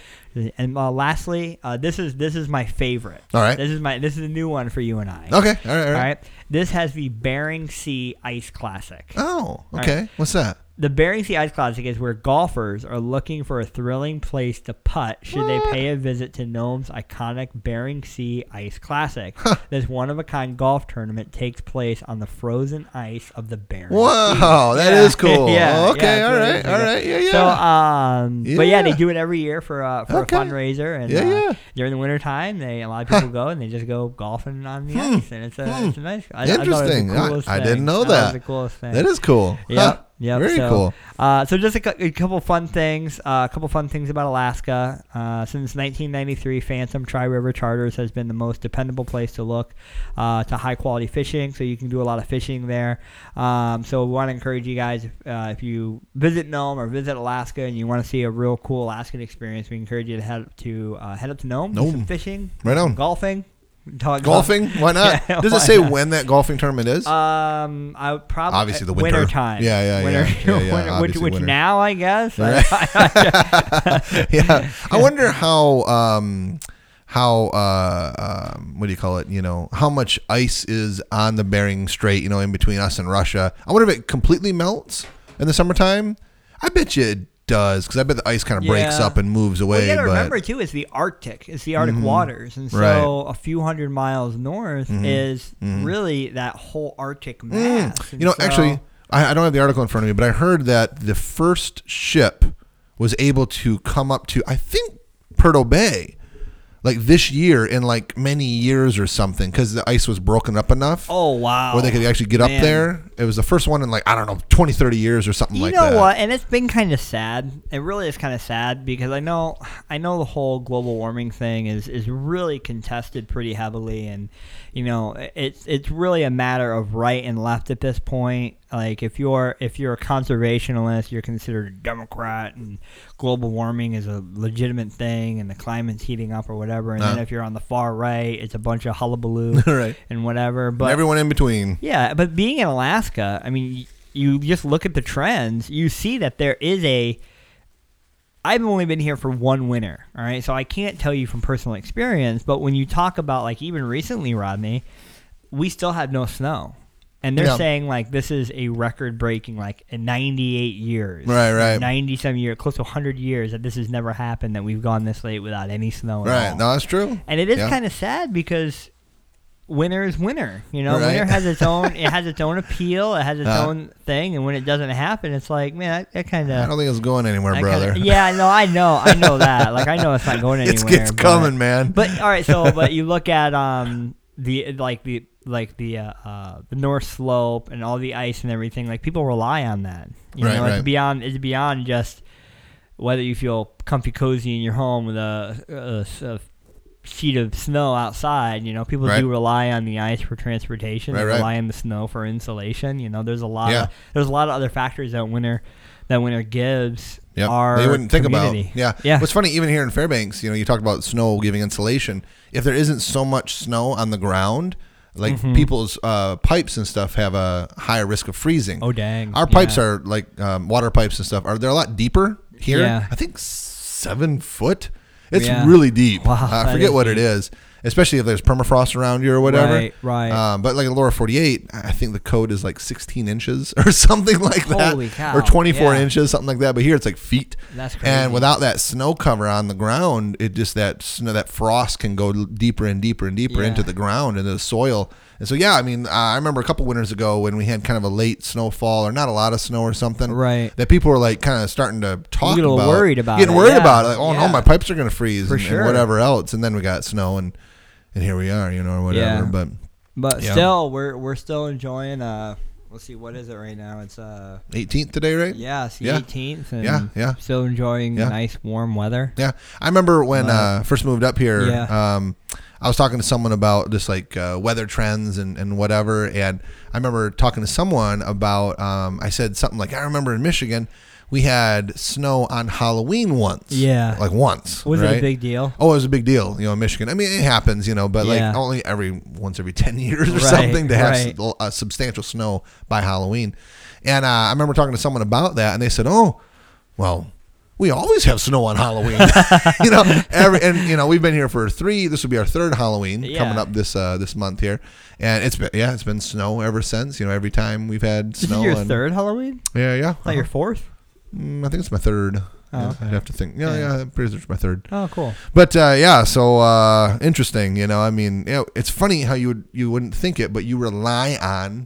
Speaker 1: And uh, lastly, uh, this is this is my favorite.
Speaker 2: All right.
Speaker 1: This is my this is a new one for you and I.
Speaker 2: Okay. All right. All
Speaker 1: All
Speaker 2: right.
Speaker 1: right. This has the Bering Sea Ice Classic.
Speaker 2: Oh, okay. What's
Speaker 1: (laughs)
Speaker 2: that?
Speaker 1: The Bering Sea Ice Classic is where golfers are looking for a thrilling place to putt should they pay a visit to Nome's iconic Bering Sea Ice Classic. this one of a kind golf tournament takes place on the frozen ice of the Bering Sea.
Speaker 2: Wow, that
Speaker 1: (laughs)
Speaker 2: is cool.
Speaker 1: yeah,
Speaker 2: okay,
Speaker 1: yeah,
Speaker 2: all
Speaker 1: so it
Speaker 2: right,
Speaker 1: is
Speaker 2: all
Speaker 1: like that.
Speaker 2: right, yeah, yeah.
Speaker 1: So, um, but yeah, they
Speaker 2: Yeah.
Speaker 1: do it every year for uh, for
Speaker 2: Okay.
Speaker 1: a fundraiser, and
Speaker 2: Yeah,
Speaker 1: uh,
Speaker 2: yeah.
Speaker 1: during the winter time, they a lot of people go and they just go golfing on the ice, and it's a, it's a nice. I, I thought it was the
Speaker 2: Hmm. Interesting. I-
Speaker 1: coolest
Speaker 2: I didn't
Speaker 1: thing.
Speaker 2: know
Speaker 1: I thought it was
Speaker 2: that.
Speaker 1: the coolest thing.
Speaker 2: that is cool.
Speaker 1: Yeah,
Speaker 2: Huh.
Speaker 1: yeah,
Speaker 2: Very
Speaker 1: so,
Speaker 2: cool.
Speaker 1: Uh, so just a, cou- a couple fun things, uh, a couple fun things about Alaska. Uh, since 1993, Phantom Tri River Charters has been the most dependable place to look uh, to high quality fishing. So you can do a lot of fishing there. Um, so we want to encourage you guys if, uh, if you visit Nome or visit Alaska and you want to see a real cool Alaskan experience, we encourage you to head up to uh, head up to Nome, do
Speaker 2: Nome.
Speaker 1: some fishing,
Speaker 2: Right on.
Speaker 1: golfing, talk- (laughs)
Speaker 2: Golfing? Why not?
Speaker 1: Yeah,
Speaker 2: Does it
Speaker 1: why
Speaker 2: say
Speaker 1: not?
Speaker 2: when that golfing tournament is?
Speaker 1: Um, I would probably
Speaker 2: Obviously the winter.
Speaker 1: time.
Speaker 2: Yeah, yeah, yeah.
Speaker 1: winter,
Speaker 2: Yeah, yeah,
Speaker 1: winter- which,
Speaker 2: obviously
Speaker 1: which
Speaker 2: winter.
Speaker 1: now I
Speaker 2: (laughs)
Speaker 1: guess.
Speaker 2: (laughs) yeah. I wonder how um how uh um, what do you call it? You know how much ice is on the Bering Strait? You know, in between us and Russia. I wonder if it completely melts in the summertime. I bet you it does because I bet the ice kind of breaks
Speaker 1: Yeah.
Speaker 2: up and moves
Speaker 1: Well, you
Speaker 2: away.
Speaker 1: gotta
Speaker 2: but Mm-hmm.
Speaker 1: remember too, it's the Arctic, it's the Arctic waters, and so
Speaker 2: Right. Mm-hmm.
Speaker 1: a few hundred miles north is really that whole Arctic mass. and
Speaker 2: Mm. Hmm. you know,
Speaker 1: so-
Speaker 2: actually, I, I don't have the article in front of me, but I heard that the first ship was able to come up to I think Turtle Bay. Like this year, in like many years or something, because the ice was broken up enough.
Speaker 1: oh wow,
Speaker 2: where they could actually get up
Speaker 1: man.
Speaker 2: there. It was the first one in like I don't know 20, 30 years or something
Speaker 1: You
Speaker 2: like
Speaker 1: know
Speaker 2: that.
Speaker 1: what? And it's been kind of sad. It really is kind of sad because I know, I know the whole global warming thing is is really contested pretty heavily, and you know, it's it's really a matter of right and left at this point. Like if you're if you're a conservationist, you're considered a Democrat, and global warming is a legitimate thing, and the climate's heating up or whatever. And then
Speaker 2: Uh.
Speaker 1: if you're on the far right, it's a bunch of hullabaloo
Speaker 2: (laughs) Right.
Speaker 1: and whatever. But
Speaker 2: Everyone in between.
Speaker 1: yeah, but being in Alaska, I mean, y- you just look at the trends, you see that there is a. I've only been here for one winter, all right? So I can't tell you from personal experience, but when you talk about, like, even recently, Rodney, we still had no snow. and they're
Speaker 2: Yeah.
Speaker 1: saying like this is a record breaking like in 98 years
Speaker 2: Right, right.
Speaker 1: 90 some year close to 100 years that this has never happened that we've gone this late without any snow at
Speaker 2: Right.
Speaker 1: all.
Speaker 2: No, that's true.
Speaker 1: and it is
Speaker 2: Yeah.
Speaker 1: kind of sad because winter is winter you know
Speaker 2: Right.
Speaker 1: winter has its
Speaker 2: (laughs)
Speaker 1: own it has its own appeal it has its
Speaker 2: Uh.
Speaker 1: own thing and when it doesn't happen it's like man that, that kind
Speaker 2: I
Speaker 1: of
Speaker 2: don't think it's going anywhere,
Speaker 1: I kinda-
Speaker 2: brother. (laughs)
Speaker 1: yeah, no, I know, I know that. Like, I know it's not going anywhere.
Speaker 2: It's, it's
Speaker 1: but-
Speaker 2: coming, man.
Speaker 1: (laughs) But all right, so but you look at um the like the like the uh, uh the North Slope and all the ice and everything. Like people rely on that. You
Speaker 2: Right,
Speaker 1: know,
Speaker 2: right.
Speaker 1: it's beyond it's beyond just whether you feel comfy cozy in your home with a, a s- a sheet of snow outside. You know, people
Speaker 2: Right.
Speaker 1: do rely on the ice for transportation.
Speaker 2: Right,
Speaker 1: they
Speaker 2: right.
Speaker 1: rely on the snow for insulation. You know, there's a lot.
Speaker 2: Yeah.
Speaker 1: Of, there's a lot of other factors that winter that winter gives
Speaker 2: Yep.
Speaker 1: our
Speaker 2: they wouldn't think
Speaker 1: community.
Speaker 2: about. Yeah.
Speaker 1: yeah.
Speaker 2: What's funny, even here in Fairbanks, you know, you talk about snow giving insulation. If there isn't so much snow on the ground, like
Speaker 1: Mm-hmm.
Speaker 2: people's uh, pipes and stuff have a higher risk of freezing.
Speaker 1: Oh, dang.
Speaker 2: Our pipes
Speaker 1: Yeah.
Speaker 2: are like um, water pipes and stuff. Are they're a lot deeper here?
Speaker 1: Yeah.
Speaker 2: I think seven foot. It's
Speaker 1: Yeah.
Speaker 2: really deep.
Speaker 1: Wow,
Speaker 2: Uh, I
Speaker 1: that
Speaker 2: forget
Speaker 1: is
Speaker 2: what it is, especially if there's permafrost around you or whatever.
Speaker 1: Right, right.
Speaker 2: Um, but like in lower 48, I I think the code is like 16 inches (laughs) or something like that,
Speaker 1: Holy cow,
Speaker 2: or 24
Speaker 1: yeah.
Speaker 2: inches inches, something like that. But here it's like feet.
Speaker 1: That's crazy.
Speaker 2: And without that snow cover on the ground, it just that snow, that frost can go l- deeper and deeper and deeper
Speaker 1: Yeah.
Speaker 2: into the ground into the soil. And so yeah, I mean, uh, I remember a couple winters ago when we had kind of a late snowfall or not a lot of snow or something,
Speaker 1: Right.
Speaker 2: That people were like kind of starting to talk
Speaker 1: little
Speaker 2: about,
Speaker 1: worried about
Speaker 2: getting
Speaker 1: it,
Speaker 2: worried
Speaker 1: yeah,
Speaker 2: about it. Like, oh no,
Speaker 1: yeah.
Speaker 2: my pipes are going to freeze
Speaker 1: For
Speaker 2: and, and
Speaker 1: sure.
Speaker 2: whatever else. And then we got snow and and here we are, you know, or whatever.
Speaker 1: Yeah.
Speaker 2: But
Speaker 1: But
Speaker 2: Yeah.
Speaker 1: still, we're we're still enjoying. Uh, let's see, what is it right now? It's uh,
Speaker 2: 18th today, right?
Speaker 1: yeah, it's the
Speaker 2: Yeah.
Speaker 1: 18th. And
Speaker 2: Yeah, yeah.
Speaker 1: Still enjoying
Speaker 2: Yeah.
Speaker 1: nice warm weather.
Speaker 2: Yeah, I remember when uh, first moved up here.
Speaker 1: Yeah.
Speaker 2: Um, I was talking to someone about just like uh, weather trends and, and whatever, and I remember talking to someone about. Um, I said something like, "I remember in Michigan, we had snow on Halloween once.
Speaker 1: Yeah.
Speaker 2: like once.
Speaker 1: Was it
Speaker 2: right?
Speaker 1: a big deal?
Speaker 2: Oh, it was a big deal, you know, in Michigan. I mean, it happens, you know, but
Speaker 1: Yeah.
Speaker 2: like only every once every (laughs) 10 years or
Speaker 1: Right,
Speaker 2: something to have s-
Speaker 1: right.
Speaker 2: uh, substantial snow by Halloween. And uh, I remember talking to someone about that, and they said, oh, well, we always have snow on Halloween, (laughs) you know. Every and you know we've been here for three. This will be our third Halloween coming
Speaker 1: Yeah.
Speaker 2: up this uh, this month here, and it's been yeah it's been snow ever since. You know every time we've had
Speaker 1: This
Speaker 2: snow.
Speaker 1: is your
Speaker 2: and-
Speaker 1: third Halloween?
Speaker 2: Yeah, yeah.
Speaker 1: Not your
Speaker 2: Uh-huh.
Speaker 1: fourth?
Speaker 2: Mm, I think it's my third.
Speaker 1: Oh,
Speaker 2: Yeah,
Speaker 1: okay.
Speaker 2: I'd have to think. Yeah,
Speaker 1: Yeah.
Speaker 2: yeah, I'm pretty sure it's my third.
Speaker 1: Oh, cool.
Speaker 2: But uh, yeah, so uh, interesting. You know, I mean, you know, it's funny how you would you wouldn't think it, but you rely on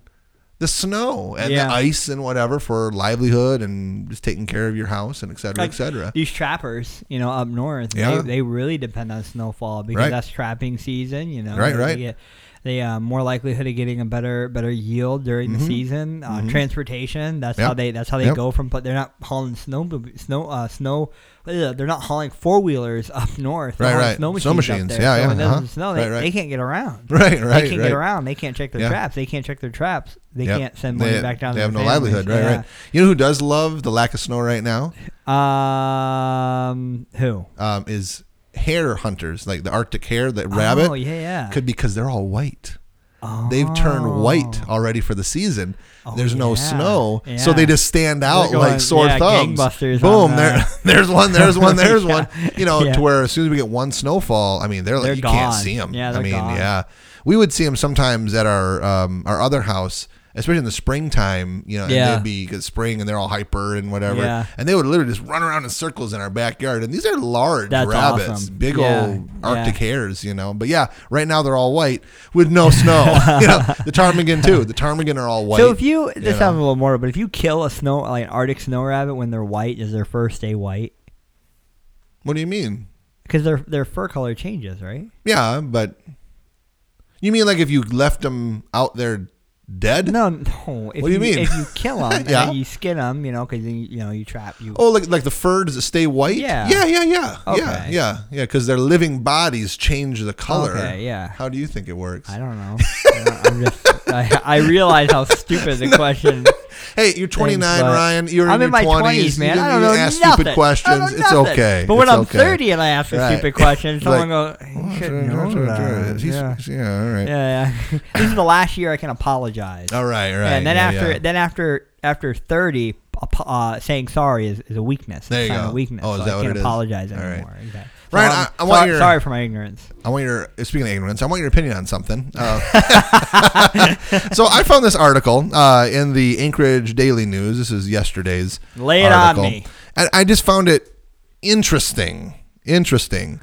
Speaker 2: the snow and
Speaker 1: Yeah.
Speaker 2: the ice and whatever for livelihood and just taking care of your house and et cetera,
Speaker 1: Like,
Speaker 2: et cetera.
Speaker 1: These trappers, you know, up north,
Speaker 2: Yeah.
Speaker 1: they, they really depend on snowfall because
Speaker 2: Right.
Speaker 1: that's trapping season. You know,
Speaker 2: Right,
Speaker 1: they,
Speaker 2: right.
Speaker 1: Get, they uh, more likelihood of getting a better better yield during the season. Uh, Transportation, that's
Speaker 2: Mm-hmm. Yep.
Speaker 1: how they that's how they
Speaker 2: Yep.
Speaker 1: go from. But they're not hauling snow snow uh, snow. uh, They're not hauling four wheelers up north. They're
Speaker 2: Right,
Speaker 1: hauling
Speaker 2: right.
Speaker 1: Snow machines.
Speaker 2: Snow
Speaker 1: Up
Speaker 2: machines.
Speaker 1: there.
Speaker 2: Yeah,
Speaker 1: so
Speaker 2: yeah,
Speaker 1: When there's
Speaker 2: uh-huh.
Speaker 1: snow, they,
Speaker 2: Right, right.
Speaker 1: they can't get around.
Speaker 2: Right, (laughs) right,
Speaker 1: They can't
Speaker 2: right.
Speaker 1: get around. They can't check their
Speaker 2: Yeah.
Speaker 1: traps. They can't check their traps. They
Speaker 2: Yeah.
Speaker 1: can't send money
Speaker 2: They-
Speaker 1: back down.
Speaker 2: They
Speaker 1: to
Speaker 2: have no
Speaker 1: their families.
Speaker 2: livelihood, right? Right. You know who does love the lack of snow right now
Speaker 1: Yeah. Um, who?
Speaker 2: um, is hare hunters, like the Arctic hare, the rabbit.
Speaker 1: Oh yeah, yeah.
Speaker 2: Could because they're all white. They've turned white already for the season. there's no
Speaker 1: Oh. yeah.
Speaker 2: snow, so
Speaker 1: Yeah.
Speaker 2: they just stand out
Speaker 1: going-
Speaker 2: like sore
Speaker 1: yeah,
Speaker 2: thumbs.
Speaker 1: gangbusters
Speaker 2: Boom!
Speaker 1: on
Speaker 2: There,
Speaker 1: (laughs) that.
Speaker 2: (laughs) there's one. There's one.
Speaker 1: (laughs)
Speaker 2: There's
Speaker 1: Yeah.
Speaker 2: one. You know,
Speaker 1: Yeah.
Speaker 2: to where as soon as we get one snowfall, I mean, they're like
Speaker 1: They're
Speaker 2: you
Speaker 1: gone.
Speaker 2: can't see them.
Speaker 1: Yeah,
Speaker 2: I
Speaker 1: they're
Speaker 2: mean,
Speaker 1: gone.
Speaker 2: yeah, we would see them sometimes at our um, our other house. Especially in the springtime, you know,
Speaker 1: Yeah.
Speaker 2: and they'd be cause spring and they're all hyper and whatever.
Speaker 1: Yeah.
Speaker 2: And they would literally just run around in circles in our backyard. And these are large
Speaker 1: That's
Speaker 2: rabbits,
Speaker 1: awesome.
Speaker 2: big
Speaker 1: Yeah.
Speaker 2: old
Speaker 1: Yeah.
Speaker 2: Arctic hairs, you know. But yeah, right now they're all white with
Speaker 1: (laughs)
Speaker 2: no snow. (laughs) you know, the ptarmigan too. The ptarmigan are all white.
Speaker 1: So if you this
Speaker 2: you know.
Speaker 1: sounds a little morbid, but if you kill a snow like an Arctic snow rabbit when they're white, is their fur stay white?
Speaker 2: what do you mean?
Speaker 1: Because their their fur color changes, right?
Speaker 2: Yeah, but you mean like if you left them out there dead?
Speaker 1: No, no. (laughs) If
Speaker 2: What do you mean?
Speaker 1: If you kill
Speaker 2: (laughs)
Speaker 1: them,
Speaker 2: Yeah.
Speaker 1: you skin them, you know, because then you, you know you trap you.
Speaker 2: Oh, like like the fur does it stay white?
Speaker 1: Yeah.
Speaker 2: yeah, yeah, yeah, yeah,
Speaker 1: Okay.
Speaker 2: yeah, yeah. Because their living bodies change the Oh, color.
Speaker 1: Okay, yeah.
Speaker 2: How do you think it works?
Speaker 1: I don't
Speaker 2: (laughs)
Speaker 1: know. I don't- I'm just. I, I realize how stupid
Speaker 2: (laughs)
Speaker 1: the question.
Speaker 2: Hey, you're 29,
Speaker 1: but
Speaker 2: Ryan. You're
Speaker 1: I'm
Speaker 2: in,
Speaker 1: in my
Speaker 2: your 20s,
Speaker 1: 20s, man.
Speaker 2: You,
Speaker 1: I don't
Speaker 2: you
Speaker 1: know
Speaker 2: ask
Speaker 1: nothing.
Speaker 2: stupid questions.
Speaker 1: I don't know
Speaker 2: it's
Speaker 1: nothing.
Speaker 2: okay.
Speaker 1: But when
Speaker 2: It's
Speaker 1: I'm
Speaker 2: okay.
Speaker 1: 30 and I ask a
Speaker 2: Right.
Speaker 1: stupid question,
Speaker 2: (laughs)
Speaker 1: someone goes,
Speaker 2: Like, Oh,
Speaker 1: "You should
Speaker 2: sure,
Speaker 1: know
Speaker 2: sure, sure.
Speaker 1: that."
Speaker 2: He's-
Speaker 1: Yeah.
Speaker 2: yeah, all right.
Speaker 1: Yeah, yeah. (laughs) this is the last year I can apologize.
Speaker 2: All right, all right.
Speaker 1: and then
Speaker 2: yeah,
Speaker 1: after
Speaker 2: yeah.
Speaker 1: then after after 30 ap- uh, saying sorry is, is a weakness
Speaker 2: There
Speaker 1: It's
Speaker 2: you
Speaker 1: not
Speaker 2: go.
Speaker 1: a weakness
Speaker 2: Oh, is
Speaker 1: so
Speaker 2: that
Speaker 1: i
Speaker 2: what
Speaker 1: can't
Speaker 2: it is?
Speaker 1: apologize
Speaker 2: All right.
Speaker 1: anymore Exactly.
Speaker 2: Ryan,
Speaker 1: I'm
Speaker 2: I, I want
Speaker 1: sorry,
Speaker 2: your
Speaker 1: sorry for my ignorance.
Speaker 2: I want your speaking of ignorance. I want your opinion on
Speaker 1: (laughs)
Speaker 2: something. Uh, (laughs) so I found this article uh, in the Anchorage Daily News. This is yesterday's.
Speaker 1: Lay it on
Speaker 2: article.
Speaker 1: me.
Speaker 2: And I just found it interesting. Interesting.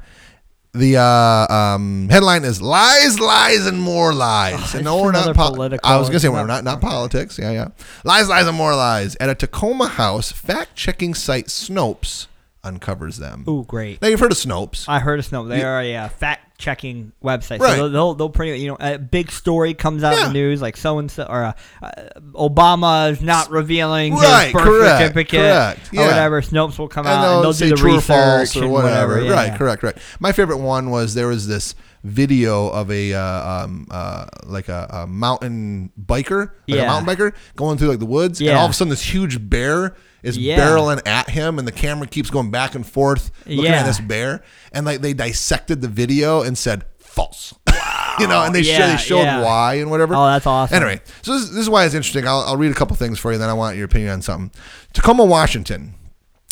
Speaker 2: The uh, um, headline is "Lies, Lies, and More Lies." and no,
Speaker 1: Oh, it's
Speaker 2: we're not
Speaker 1: another
Speaker 2: pol-
Speaker 1: political-
Speaker 2: I was gonna say
Speaker 1: it's
Speaker 2: we're
Speaker 1: not-
Speaker 2: not not politics. Yeah, yeah. Lies, lies, and more lies. At a Tacoma house, fact-checking site Snopes uncovers them.
Speaker 1: Ooh, great.
Speaker 2: Now you've heard of Snopes.
Speaker 1: I heard us know they are a uh, fact checking website. So
Speaker 2: Right.
Speaker 1: they'll, they'll they'll pretty you know a big story comes out in
Speaker 2: Yeah.
Speaker 1: the news like so and so or uh, uh, Obama is not revealing
Speaker 2: Right,
Speaker 1: his birth
Speaker 2: correct,
Speaker 1: certificate
Speaker 2: correct,
Speaker 1: or
Speaker 2: yeah.
Speaker 1: whatever. Snopes will come
Speaker 2: and
Speaker 1: out
Speaker 2: they'll,
Speaker 1: and they'll
Speaker 2: say
Speaker 1: do the
Speaker 2: true or
Speaker 1: research
Speaker 2: false or
Speaker 1: and
Speaker 2: whatever.
Speaker 1: whatever. yeah,
Speaker 2: right,
Speaker 1: yeah.
Speaker 2: correct, correct. My favorite one was there was this video of a uh, um, uh, like a, a mountain biker, like
Speaker 1: Yeah.
Speaker 2: a mountain biker going through like the woods, and
Speaker 1: Yeah.
Speaker 2: all of a sudden this huge bear is
Speaker 1: Yeah.
Speaker 2: barreling at him, and the camera keeps going back and forth looking
Speaker 1: Yeah.
Speaker 2: at this bear, and like they dissected the video and said false. (laughs) You know, and they, sho-
Speaker 1: Yeah,
Speaker 2: they showed
Speaker 1: yeah.
Speaker 2: why and whatever.
Speaker 1: Oh, that's awesome.
Speaker 2: Anyway, so this, this is why it's interesting. I'll, I'll read a couple things for you, then I want your opinion on something. Tacoma, Washington.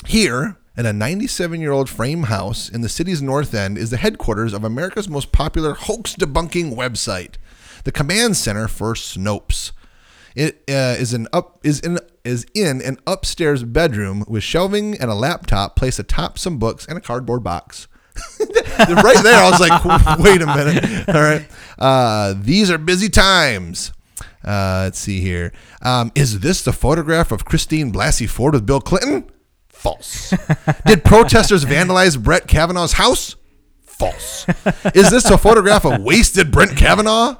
Speaker 2: Here, in a 97 year old frame house in the city's north end, is the headquarters of America's most popular hoax debunking website, the Command Center for Snopes. It uh, is an up is in is in an upstairs bedroom with shelving and a laptop placed atop some books and a cardboard box (laughs) right there, I was like, (laughs) wait a minute. All right. Uh, these are busy times. Uh, let's see here. Um, is this the photograph of Christine Blasey Ford with Bill Clinton? False. Did protesters vandalize Brett Kavanaugh's house? False. Is this a photograph of wasted Brett Kavanaugh?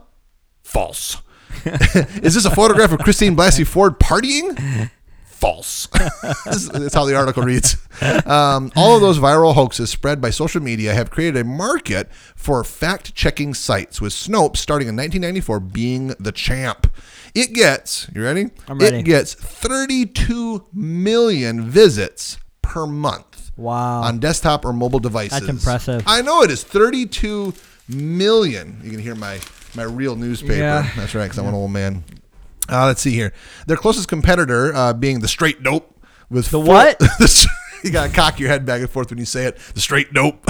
Speaker 2: False. (laughs) Is this a photograph of Christine Blasey Ford partying? False. (laughs) This- That's how the article reads. Um, all of those viral hoaxes spread by social media have created a market for fact checking sites, with Snopes starting in 1994 being the champ. It gets, you ready?
Speaker 1: I'm ready.
Speaker 2: It gets 32 million visits per month
Speaker 1: Wow.
Speaker 2: on desktop or mobile devices.
Speaker 1: impressive.
Speaker 2: I know it is 32 million. You can hear my my real newspaper.
Speaker 1: Yeah.
Speaker 2: That's right, because I'm an old man. Uh, let's see here. Their closest competitor uh, being the straight dope with (laughs) the
Speaker 1: what?
Speaker 2: you gotta cock your head back and forth when you say it. The straight dope. (laughs)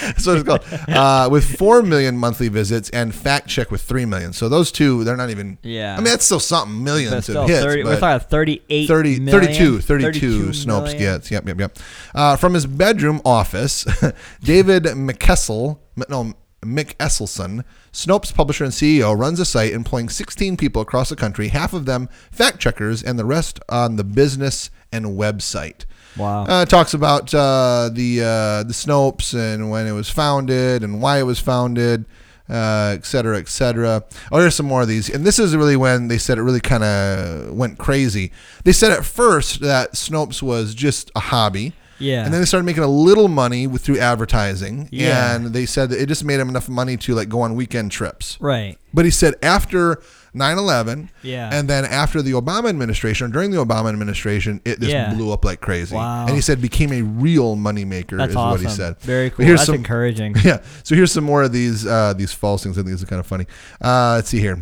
Speaker 2: That's what it's called. Uh, with four million monthly visits and fact check with three million. So those two, they're not even.
Speaker 1: Yeah.
Speaker 2: I mean, that's still something million
Speaker 1: But
Speaker 2: to
Speaker 1: still,
Speaker 2: hit.
Speaker 1: 30, we're
Speaker 2: but-
Speaker 1: talking 38
Speaker 2: 30,
Speaker 1: million,
Speaker 2: 32, 32,
Speaker 1: 32
Speaker 2: Snopes
Speaker 1: million.
Speaker 2: gets. Yep, yep, yep. Uh, from his bedroom office, (laughs) David McKessel, m- no, Mick Esselson, Snopes publisher and CEO, runs a site employing 16 people across the country, half of them fact checkers and the rest on the business and website.
Speaker 1: Wow.
Speaker 2: Uh, it talks about uh, the uh, the Snopes and when it was founded and why it was founded, uh, et cetera, et cetera. Oh, here's some more of these. And this is really when they said it really kind of went crazy. They said at first that Snopes was just a hobby.
Speaker 1: Yeah.
Speaker 2: And then they started making a little money with, through advertising.
Speaker 1: Yeah.
Speaker 2: And they said that it just made them enough money to like go on weekend trips.
Speaker 1: Right.
Speaker 2: But he said after 9 11,
Speaker 1: Yeah.
Speaker 2: and then after the Obama administration, or during the Obama administration, it just
Speaker 1: Yeah.
Speaker 2: blew up like crazy.
Speaker 1: Wow.
Speaker 2: And he said became a real moneymaker,
Speaker 1: That's
Speaker 2: is
Speaker 1: awesome.
Speaker 2: what he said.
Speaker 1: Very
Speaker 2: But
Speaker 1: cool.
Speaker 2: here's
Speaker 1: That's
Speaker 2: some-
Speaker 1: encouraging.
Speaker 2: (laughs) Yeah. So here's some more of these uh, these false things. I think these are kind of funny. Uh, let's see here.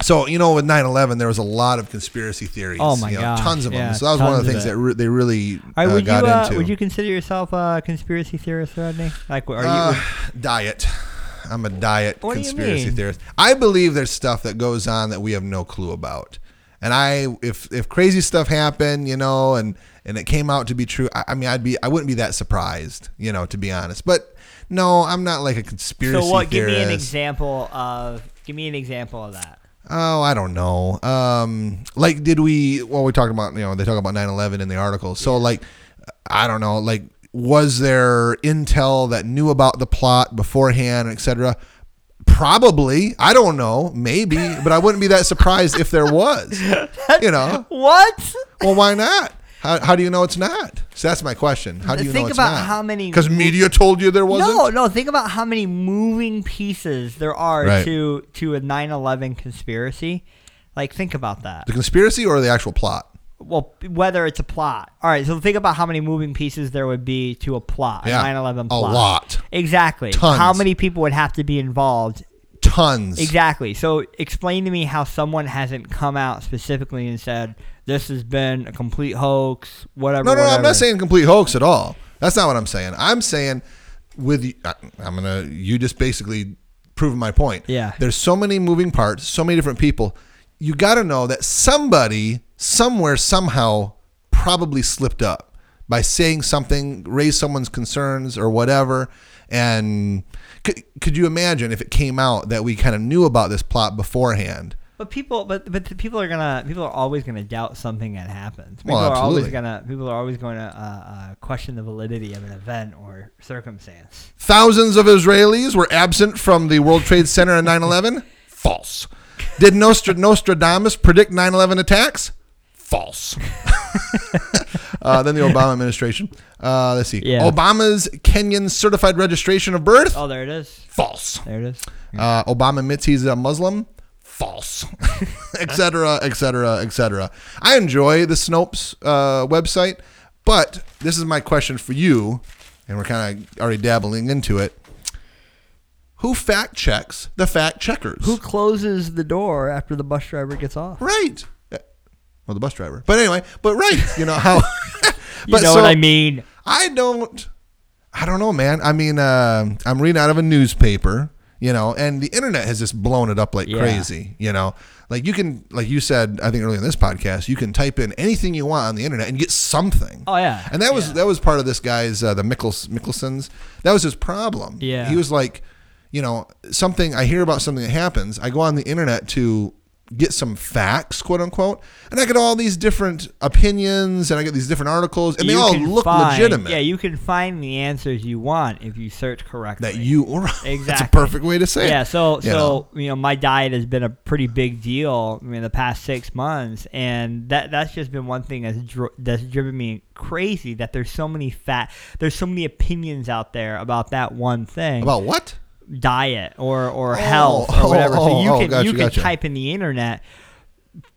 Speaker 2: So, you know, with 9 11, there was a lot of conspiracy theories.
Speaker 1: Oh, my
Speaker 2: you know,
Speaker 1: gosh.
Speaker 2: Tons of
Speaker 1: Yeah,
Speaker 2: them. So that was one of
Speaker 1: tons
Speaker 2: the
Speaker 1: of
Speaker 2: things
Speaker 1: it.
Speaker 2: that re- they really
Speaker 1: All right,
Speaker 2: uh,
Speaker 1: would you
Speaker 2: got
Speaker 1: uh,
Speaker 2: into.
Speaker 1: would you consider yourself a conspiracy theorist, Rodney? Like, are you?
Speaker 2: Uh, diet. I'm a diet
Speaker 1: What do you
Speaker 2: conspiracy
Speaker 1: mean?
Speaker 2: theorist. I believe there's stuff that goes on that we have no clue about. And I, if if crazy stuff happened, you know, and and it came out to be true, I, I mean, I'd be, I wouldn't be that surprised, you know, to be honest. But no, I'm not like a conspiracy
Speaker 1: so what? Give
Speaker 2: theorist.
Speaker 1: me an example of. Give me an example of that.
Speaker 2: Oh, I don't know. Um, like, did we? Well, we talked about you know they talk about 9-11 in the article. So like, I don't know. Like, was there intel that knew about the plot beforehand, etc. Probably. I don't know.
Speaker 1: (laughs)
Speaker 2: Maybe, but I wouldn't be that surprised if there was. You know.
Speaker 1: What?
Speaker 2: Well, why not? How, how do you know it's not? So that's my question. How do you
Speaker 1: Think
Speaker 2: know it's
Speaker 1: about
Speaker 2: not?
Speaker 1: how many-
Speaker 2: Because media told you there wasn't.
Speaker 1: No, no. Think about how many moving pieces there are
Speaker 2: Right.
Speaker 1: to to a 9/11 conspiracy. Like, think about that.
Speaker 2: The conspiracy or the actual plot?
Speaker 1: Well, whether it's a plot. All right, so think about how many moving pieces there would be to a plot, a
Speaker 2: Yeah,
Speaker 1: 9/11
Speaker 2: a
Speaker 1: plot.
Speaker 2: lot.
Speaker 1: Exactly.
Speaker 2: Tons.
Speaker 1: How many people would have to be involved
Speaker 2: tons.
Speaker 1: Exactly. So explain to me how someone hasn't come out specifically and said this has been a complete hoax, whatever.
Speaker 2: No, no, no, I'm
Speaker 1: whatever."
Speaker 2: not saying complete hoax at all. That's not what I'm saying. I'm saying with you- I- I'm gonna you just basically proving my point.
Speaker 1: Yeah.
Speaker 2: There's so many moving parts, so many different people. You got to know that somebody somewhere somehow probably slipped up by saying something, raised someone's concerns or whatever. And could, could you imagine if it came out that we kind of knew about this plot beforehand?
Speaker 1: But people, but but the people are gonna people are always gonna doubt something that happens. People
Speaker 2: Well,
Speaker 1: are always
Speaker 2: absolutely.
Speaker 1: gonna people are always going to uh, uh, question the validity of an event or circumstance.
Speaker 2: Thousands of Israelis were absent from the World Trade Center on 9 11? False. Did Nostra- Nostradamus predict 9 11 attacks? False. (laughs) uh, then the Obama administration. Uh, let's see.
Speaker 1: Yeah.
Speaker 2: Obama's Kenyan certified registration of birth?
Speaker 1: Oh, there it is.
Speaker 2: False.
Speaker 1: There it is.
Speaker 2: Uh, Obama admits he's a Muslim? False. (laughs) Etc. Etc. Etc. I enjoy the Snopes uh, website, but this is my question for you, and we're kind of already dabbling into it. Who fact checks the fact checkers?
Speaker 1: Who closes the door after the bus driver gets off?
Speaker 2: Right. Uh, Well, the bus driver. But anyway, but right. You know (laughs) how.
Speaker 1: (laughs) You know what I mean?
Speaker 2: I don't. I don't know, man. I mean, um I'm reading out of a newspaper, you know, and the internet has just blown it up like
Speaker 1: Yeah.
Speaker 2: crazy, you know. Like you can, like you said, I think earlier in this podcast, you can type in anything you want on the internet and get something.
Speaker 1: Oh yeah.
Speaker 2: And that was that was part of this guy's uh, the Mickels, Mickelsons. That was his problem.
Speaker 1: Yeah.
Speaker 2: he was like, you know, something I hear about something that happens. I go on the internet to get some facts, quote unquote, and I get all these different opinions, and I get these different articles, and they
Speaker 1: You
Speaker 2: all
Speaker 1: can
Speaker 2: look
Speaker 1: find-
Speaker 2: legitimate.
Speaker 1: Yeah, you can find the answers you want if you search correctly.
Speaker 2: that you or (laughs) that's a
Speaker 1: Exactly.
Speaker 2: perfect way to say it.
Speaker 1: Yeah, so so
Speaker 2: You know.
Speaker 1: you know, my diet has been a pretty big deal I mean, the past six months, and that that's just been one thing that's dr- that's driven me crazy. That there's so many fat, there's so many opinions out there about that one thing,
Speaker 2: about what?
Speaker 1: diet or or
Speaker 2: Oh,
Speaker 1: health
Speaker 2: oh,
Speaker 1: or whatever. so
Speaker 2: oh,
Speaker 1: you
Speaker 2: oh,
Speaker 1: can
Speaker 2: gotcha,
Speaker 1: you can
Speaker 2: gotcha.
Speaker 1: type in the internet.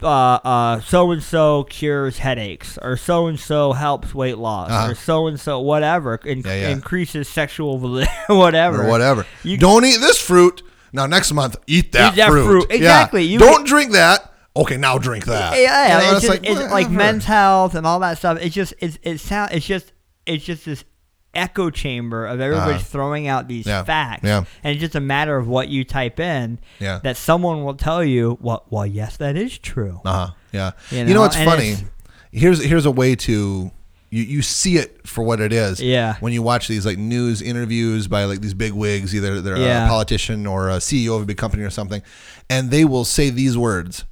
Speaker 1: Uh, uh, so and so cures headaches, or so and so helps weight loss,
Speaker 2: Uh-huh.
Speaker 1: or so and so whatever in-
Speaker 2: Yeah, yeah.
Speaker 1: increases sexual validity, (laughs) whatever,
Speaker 2: Or whatever.
Speaker 1: You-
Speaker 2: Don't eat this fruit. Now next month, eat that,
Speaker 1: that
Speaker 2: fruit.
Speaker 1: fruit.
Speaker 2: Yeah.
Speaker 1: Exactly. You-
Speaker 2: Don't drink that. Okay, now drink that.
Speaker 1: Yeah, yeah,
Speaker 2: You know,
Speaker 1: it's, just, like, it's like
Speaker 2: whatever.
Speaker 1: men's health and all that stuff. It's just it's it sound it's just it's just this echo chamber of everybody's
Speaker 2: Uh-huh.
Speaker 1: throwing out these
Speaker 2: Yeah,
Speaker 1: facts,
Speaker 2: yeah.
Speaker 1: and it's just a matter of what you type in.
Speaker 2: Yeah.
Speaker 1: that someone will tell you what. Well, yes, that is true.
Speaker 2: Uh huh. Yeah.
Speaker 1: You
Speaker 2: You know,
Speaker 1: know,
Speaker 2: it's
Speaker 1: and
Speaker 2: funny.
Speaker 1: it's-
Speaker 2: here's here's a way to you, you see it for what it is.
Speaker 1: Yeah.
Speaker 2: When you watch these like news interviews by like these big wigs, either they're
Speaker 1: Yeah.
Speaker 2: a politician or a CEO of a big company or something, and they will say these words.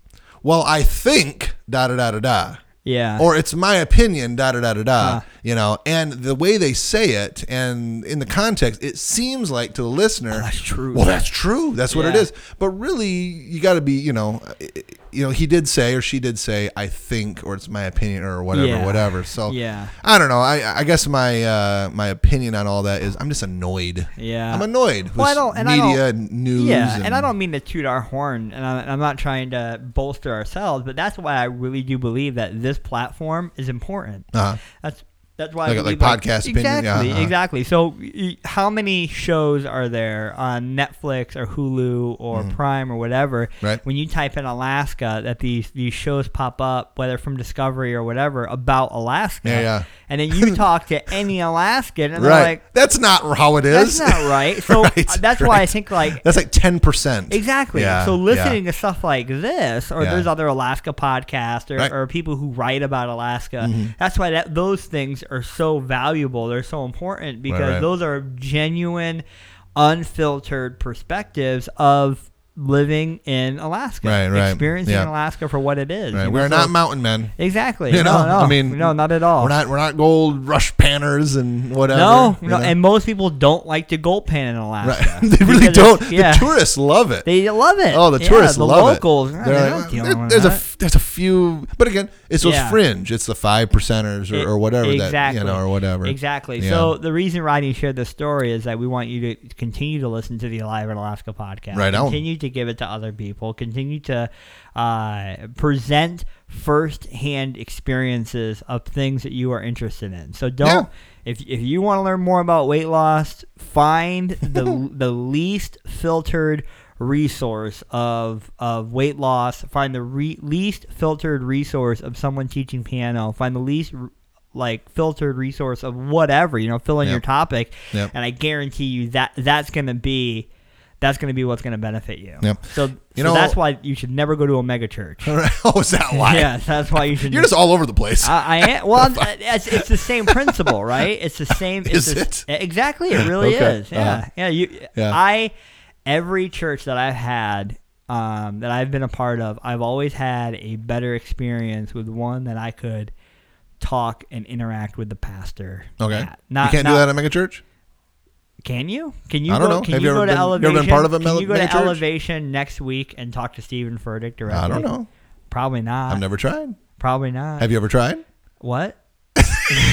Speaker 2: Well, I think da da da da da.
Speaker 1: Yeah,
Speaker 2: Or it's my opinion, da da da da da.
Speaker 1: Huh.
Speaker 2: You know, and the way they say it, and in the context, it seems like to the listener,
Speaker 1: that's true.
Speaker 2: Well, that's true. That's what it
Speaker 1: Yeah.
Speaker 2: is. But really, you got to be, you know, i- i- you know, he did say or she did say, I think, or it's my opinion, or whatever,
Speaker 1: Yeah.
Speaker 2: whatever. So
Speaker 1: Yeah.
Speaker 2: I don't know. I I guess my uh, my opinion on all that is I'm just annoyed.
Speaker 1: Yeah.
Speaker 2: I'm annoyed. With
Speaker 1: Well, I don't- and I
Speaker 2: media
Speaker 1: don't-
Speaker 2: and news.
Speaker 1: Yeah, and, I don't mean to toot our horn, and I- I'm not trying to bolster ourselves, but that's why I really do believe that this platform is important.
Speaker 2: Uh-huh.
Speaker 1: That's that's why I
Speaker 2: Like-
Speaker 1: believe,
Speaker 2: like podcast
Speaker 1: exactly,
Speaker 2: opinion, yeah, uh-huh.
Speaker 1: exactly. So, y- how many shows are there on Netflix or Hulu or Prime or whatever?
Speaker 2: Mm-hmm. Right.
Speaker 1: When you type in Alaska, that these these shows pop up, whether from Discovery or whatever, about Alaska.
Speaker 2: Yeah, yeah.
Speaker 1: And then
Speaker 2: (laughs)
Speaker 1: you talk to any Alaskan, and
Speaker 2: Right.
Speaker 1: they're like,
Speaker 2: that's not how it
Speaker 1: "That's
Speaker 2: is.
Speaker 1: not right." So
Speaker 2: Right,
Speaker 1: uh, that's why I
Speaker 2: right.
Speaker 1: think like
Speaker 2: (laughs) That's like ten percent.
Speaker 1: Exactly.
Speaker 2: Yeah,
Speaker 1: so
Speaker 2: yeah.
Speaker 1: listening to stuff like this, or
Speaker 2: Yeah.
Speaker 1: there's other Alaska podcasts, or,
Speaker 2: Right. Mm-hmm.
Speaker 1: or people who write about Alaska. That's why that those things are so valuable. They're so important because
Speaker 2: right.
Speaker 1: those are genuine, unfiltered perspectives of living in Alaska,
Speaker 2: Right, right.
Speaker 1: experiencing
Speaker 2: Yeah.
Speaker 1: Alaska for what it is.
Speaker 2: Right.
Speaker 1: you
Speaker 2: We're
Speaker 1: know,
Speaker 2: not
Speaker 1: so-
Speaker 2: mountain men.
Speaker 1: exactly.
Speaker 2: (laughs) You know,
Speaker 1: no, no,
Speaker 2: I mean,
Speaker 1: no, not at all.
Speaker 2: We're not we're not gold rush panners and whatever.
Speaker 1: no,
Speaker 2: you
Speaker 1: no,
Speaker 2: know?
Speaker 1: and most people don't like to gold pan in Alaska.
Speaker 2: (laughs) Right. (laughs) they really
Speaker 1: Because it's-
Speaker 2: don't.
Speaker 1: yeah.
Speaker 2: The tourists love it.
Speaker 1: They love it.
Speaker 2: oh, the
Speaker 1: Yeah,
Speaker 2: tourists
Speaker 1: the
Speaker 2: love
Speaker 1: locals, Ah,
Speaker 2: it.
Speaker 1: nah,
Speaker 2: They're
Speaker 1: they're
Speaker 2: like,
Speaker 1: not
Speaker 2: "Well,
Speaker 1: dealing with
Speaker 2: there's a
Speaker 1: that."
Speaker 2: f- there's a few, but again, it's those
Speaker 1: Yeah. E,
Speaker 2: fringe. It's the five percenters or, or whatever that
Speaker 1: exactly.
Speaker 2: you know or whatever.
Speaker 1: Exactly.
Speaker 2: Yeah. (laughs)
Speaker 1: So the reason Rodney shared this story is that we want you to continue to listen to the Alive in Alaska podcast.
Speaker 2: Right on.
Speaker 1: Continue to give it to other people. Continue to uh, present firsthand experiences of things that you are interested in. So don't.
Speaker 2: Yeah.
Speaker 1: If, if you
Speaker 2: (laughs)
Speaker 1: want to learn more about weight loss, find the the least filtered resource of of weight loss. Find the re- least filtered resource of someone teaching piano. Find the least r- like filtered resource of whatever you know. Fill in
Speaker 2: Yep.
Speaker 1: your topic,
Speaker 2: Yep.
Speaker 1: and I guarantee you that that's going to be. That's going to be what's going to benefit you.
Speaker 2: Yep.
Speaker 1: So,
Speaker 2: You
Speaker 1: so
Speaker 2: know-
Speaker 1: that's why you should never go to a mega church.
Speaker 2: oh, is that why?
Speaker 1: Yeah, Ah, that's why you should.
Speaker 2: (laughs) You're just all over the place.
Speaker 1: (laughs) I, I am. Well,
Speaker 2: (laughs)
Speaker 1: I'm- it's, it's the same principle, right? It's the same. It's
Speaker 2: Is
Speaker 1: the-
Speaker 2: it?
Speaker 1: Exactly. It really
Speaker 2: Okay,
Speaker 1: is. Yeah.
Speaker 2: uh-huh.
Speaker 1: Yeah. You.
Speaker 2: Yeah.
Speaker 1: I. Every church that I've had, um, that I've been a part of, I've always had a better experience with one that I could talk and interact with the pastor.
Speaker 2: okay.
Speaker 1: at. Not.
Speaker 2: you can't do
Speaker 1: not-
Speaker 2: that at mega church.
Speaker 1: Can you? Can you?
Speaker 2: I don't
Speaker 1: go,
Speaker 2: know.
Speaker 1: Can
Speaker 2: Have
Speaker 1: you,
Speaker 2: you ever
Speaker 1: go to
Speaker 2: been- you ever been
Speaker 1: elevation?
Speaker 2: part of a
Speaker 1: Can
Speaker 2: mele-
Speaker 1: you go to
Speaker 2: mega church?
Speaker 1: elevation next week and talk to Stephen Furtick directly?
Speaker 2: I don't know.
Speaker 1: Probably not.
Speaker 2: I've never tried.
Speaker 1: Probably not.
Speaker 2: Have you ever tried? (laughs)
Speaker 1: what?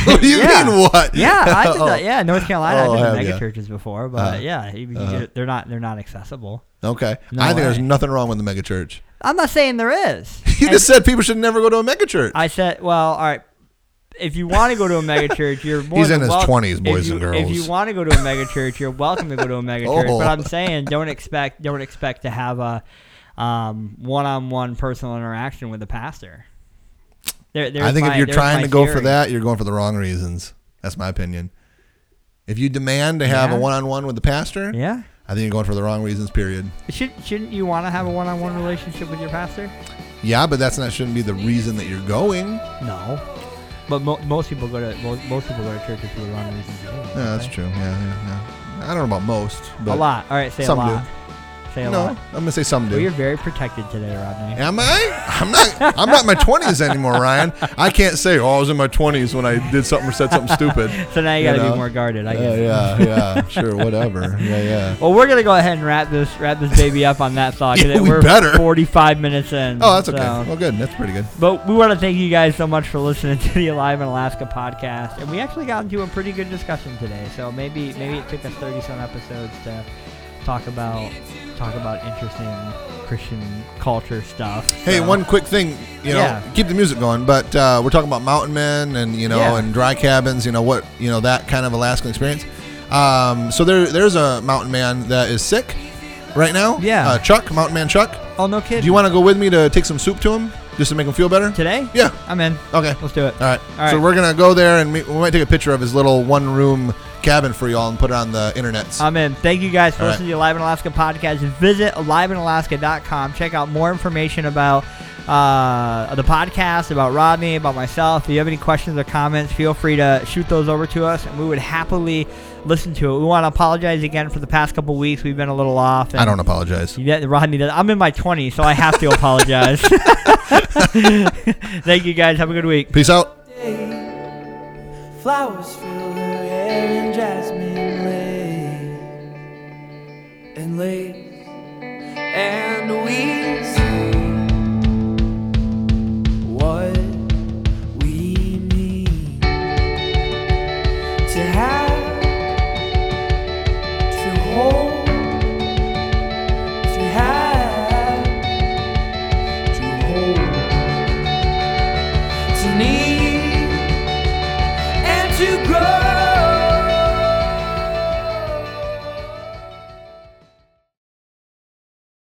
Speaker 2: what do you
Speaker 1: Yeah.
Speaker 2: mean? What?
Speaker 1: Yeah, I did
Speaker 2: (laughs) Oh,
Speaker 1: that. Yeah, North Carolina. I've
Speaker 2: Oh,
Speaker 1: been to
Speaker 2: have
Speaker 1: mega
Speaker 2: ya?
Speaker 1: churches before, but
Speaker 2: Uh,
Speaker 1: yeah, you- you- they're not they're not accessible.
Speaker 2: Okay.
Speaker 1: No
Speaker 2: I think there's
Speaker 1: way.
Speaker 2: nothing wrong with the
Speaker 1: (laughs)
Speaker 2: mega church.
Speaker 1: I'm not saying there is.
Speaker 2: (laughs) You just said people should never go to a mega church.
Speaker 1: I said, well, all right. If you want to go to a
Speaker 2: (laughs)
Speaker 1: mega church, you're more
Speaker 2: He's
Speaker 1: than
Speaker 2: in his
Speaker 1: welcome-
Speaker 2: 20s, boys
Speaker 1: if you,
Speaker 2: and
Speaker 1: If
Speaker 2: girls.
Speaker 1: you want to go to a mega church, you're welcome to go to a
Speaker 2: (laughs)
Speaker 1: mega church.
Speaker 2: Oh.
Speaker 1: But I'm saying, don't expect don't expect to have a um, one-on-one personal interaction with the pastor. There,
Speaker 2: I
Speaker 1: there's
Speaker 2: think
Speaker 1: my-
Speaker 2: if you're
Speaker 1: there's
Speaker 2: trying
Speaker 1: my
Speaker 2: to go for
Speaker 1: theory.
Speaker 2: that, you're going for the wrong reasons. That's my opinion. If you demand to have
Speaker 1: Yeah.
Speaker 2: a one-on-one with the pastor,
Speaker 1: yeah.
Speaker 2: I think you're going for the wrong reasons. Period.
Speaker 1: Should, shouldn't you want to have a one-on-one relationship with your pastor?
Speaker 2: Yeah, but that's not shouldn't be the reason that you're going.
Speaker 1: No. But mo- most people go to most, most people go to church for the wrong reasons. anyway,
Speaker 2: Yeah, that's
Speaker 1: right?
Speaker 2: true. Yeah, yeah, yeah. I don't know about most,
Speaker 1: A
Speaker 2: but
Speaker 1: lot. All right, say
Speaker 2: Some
Speaker 1: a lot.
Speaker 2: do.
Speaker 1: Say a
Speaker 2: No,
Speaker 1: lot.
Speaker 2: I'm gonna say some do.
Speaker 1: Well, you're very protected today, Rodney.
Speaker 2: Am I? I'm not. I'm not in my 20s anymore, Ryan. I can't say, "Oh, I was in my 20s when I did something or said something stupid."
Speaker 1: So now you
Speaker 2: You
Speaker 1: got to
Speaker 2: know?
Speaker 1: be more guarded. I
Speaker 2: Yeah,
Speaker 1: guess.
Speaker 2: Oh, yeah, yeah. Sure,
Speaker 1: (laughs)
Speaker 2: whatever. Yeah, yeah.
Speaker 1: Well, we're gonna go ahead and wrap this wrap this baby up on that thought. 'cause
Speaker 2: (laughs) Yeah, we
Speaker 1: we're
Speaker 2: better.
Speaker 1: 45 minutes in.
Speaker 2: Oh, that's okay.
Speaker 1: so-
Speaker 2: Well, good. That's pretty good.
Speaker 1: But we want to thank you guys so much for listening (laughs) to the Alive in Alaska podcast, and we actually got into a pretty good discussion today. So maybe maybe it took us thirty some episodes to talk about talk about interesting Christian culture stuff.
Speaker 2: Hey,
Speaker 1: So-
Speaker 2: one quick thing, you know,
Speaker 1: Yeah.
Speaker 2: keep the music going, but uh, we're talking about mountain men and you know
Speaker 1: Yeah.
Speaker 2: and dry cabins, you know what, you know that kind of Alaskan experience. Um, so there, there's a mountain man that is sick right now.
Speaker 1: Yeah.
Speaker 2: uh, Chuck, mountain man Chuck.
Speaker 1: oh no kidding.
Speaker 2: Do you want to go with me to take some soup to him just to make him feel better?
Speaker 1: today?
Speaker 2: Yeah.
Speaker 1: I'm in.
Speaker 2: Okay.
Speaker 1: Let's do it.
Speaker 2: All right.
Speaker 1: All right.
Speaker 2: So we're gonna go there and we, we might take a picture of his little one room cabin for y'all and put it on the internet.
Speaker 1: I'm in. Thank you guys for
Speaker 2: All right.
Speaker 1: listening to the Alive in Alaska podcast. Visit aliveinalaska.com. Check out more information about uh, the podcast, about Rodney, about myself. If you have any questions or comments, feel free to shoot those over to us, and we would happily listen to it. We want to apologize again for the past couple weeks. We've been a little off. And
Speaker 2: I don't apologize.
Speaker 1: Yeah, Rodney does. I'm in my 20s, so I have to
Speaker 2: (laughs)
Speaker 1: apologize. (laughs) Thank you guys. Have a good week.
Speaker 2: Peace out.
Speaker 6: day. Flowers fill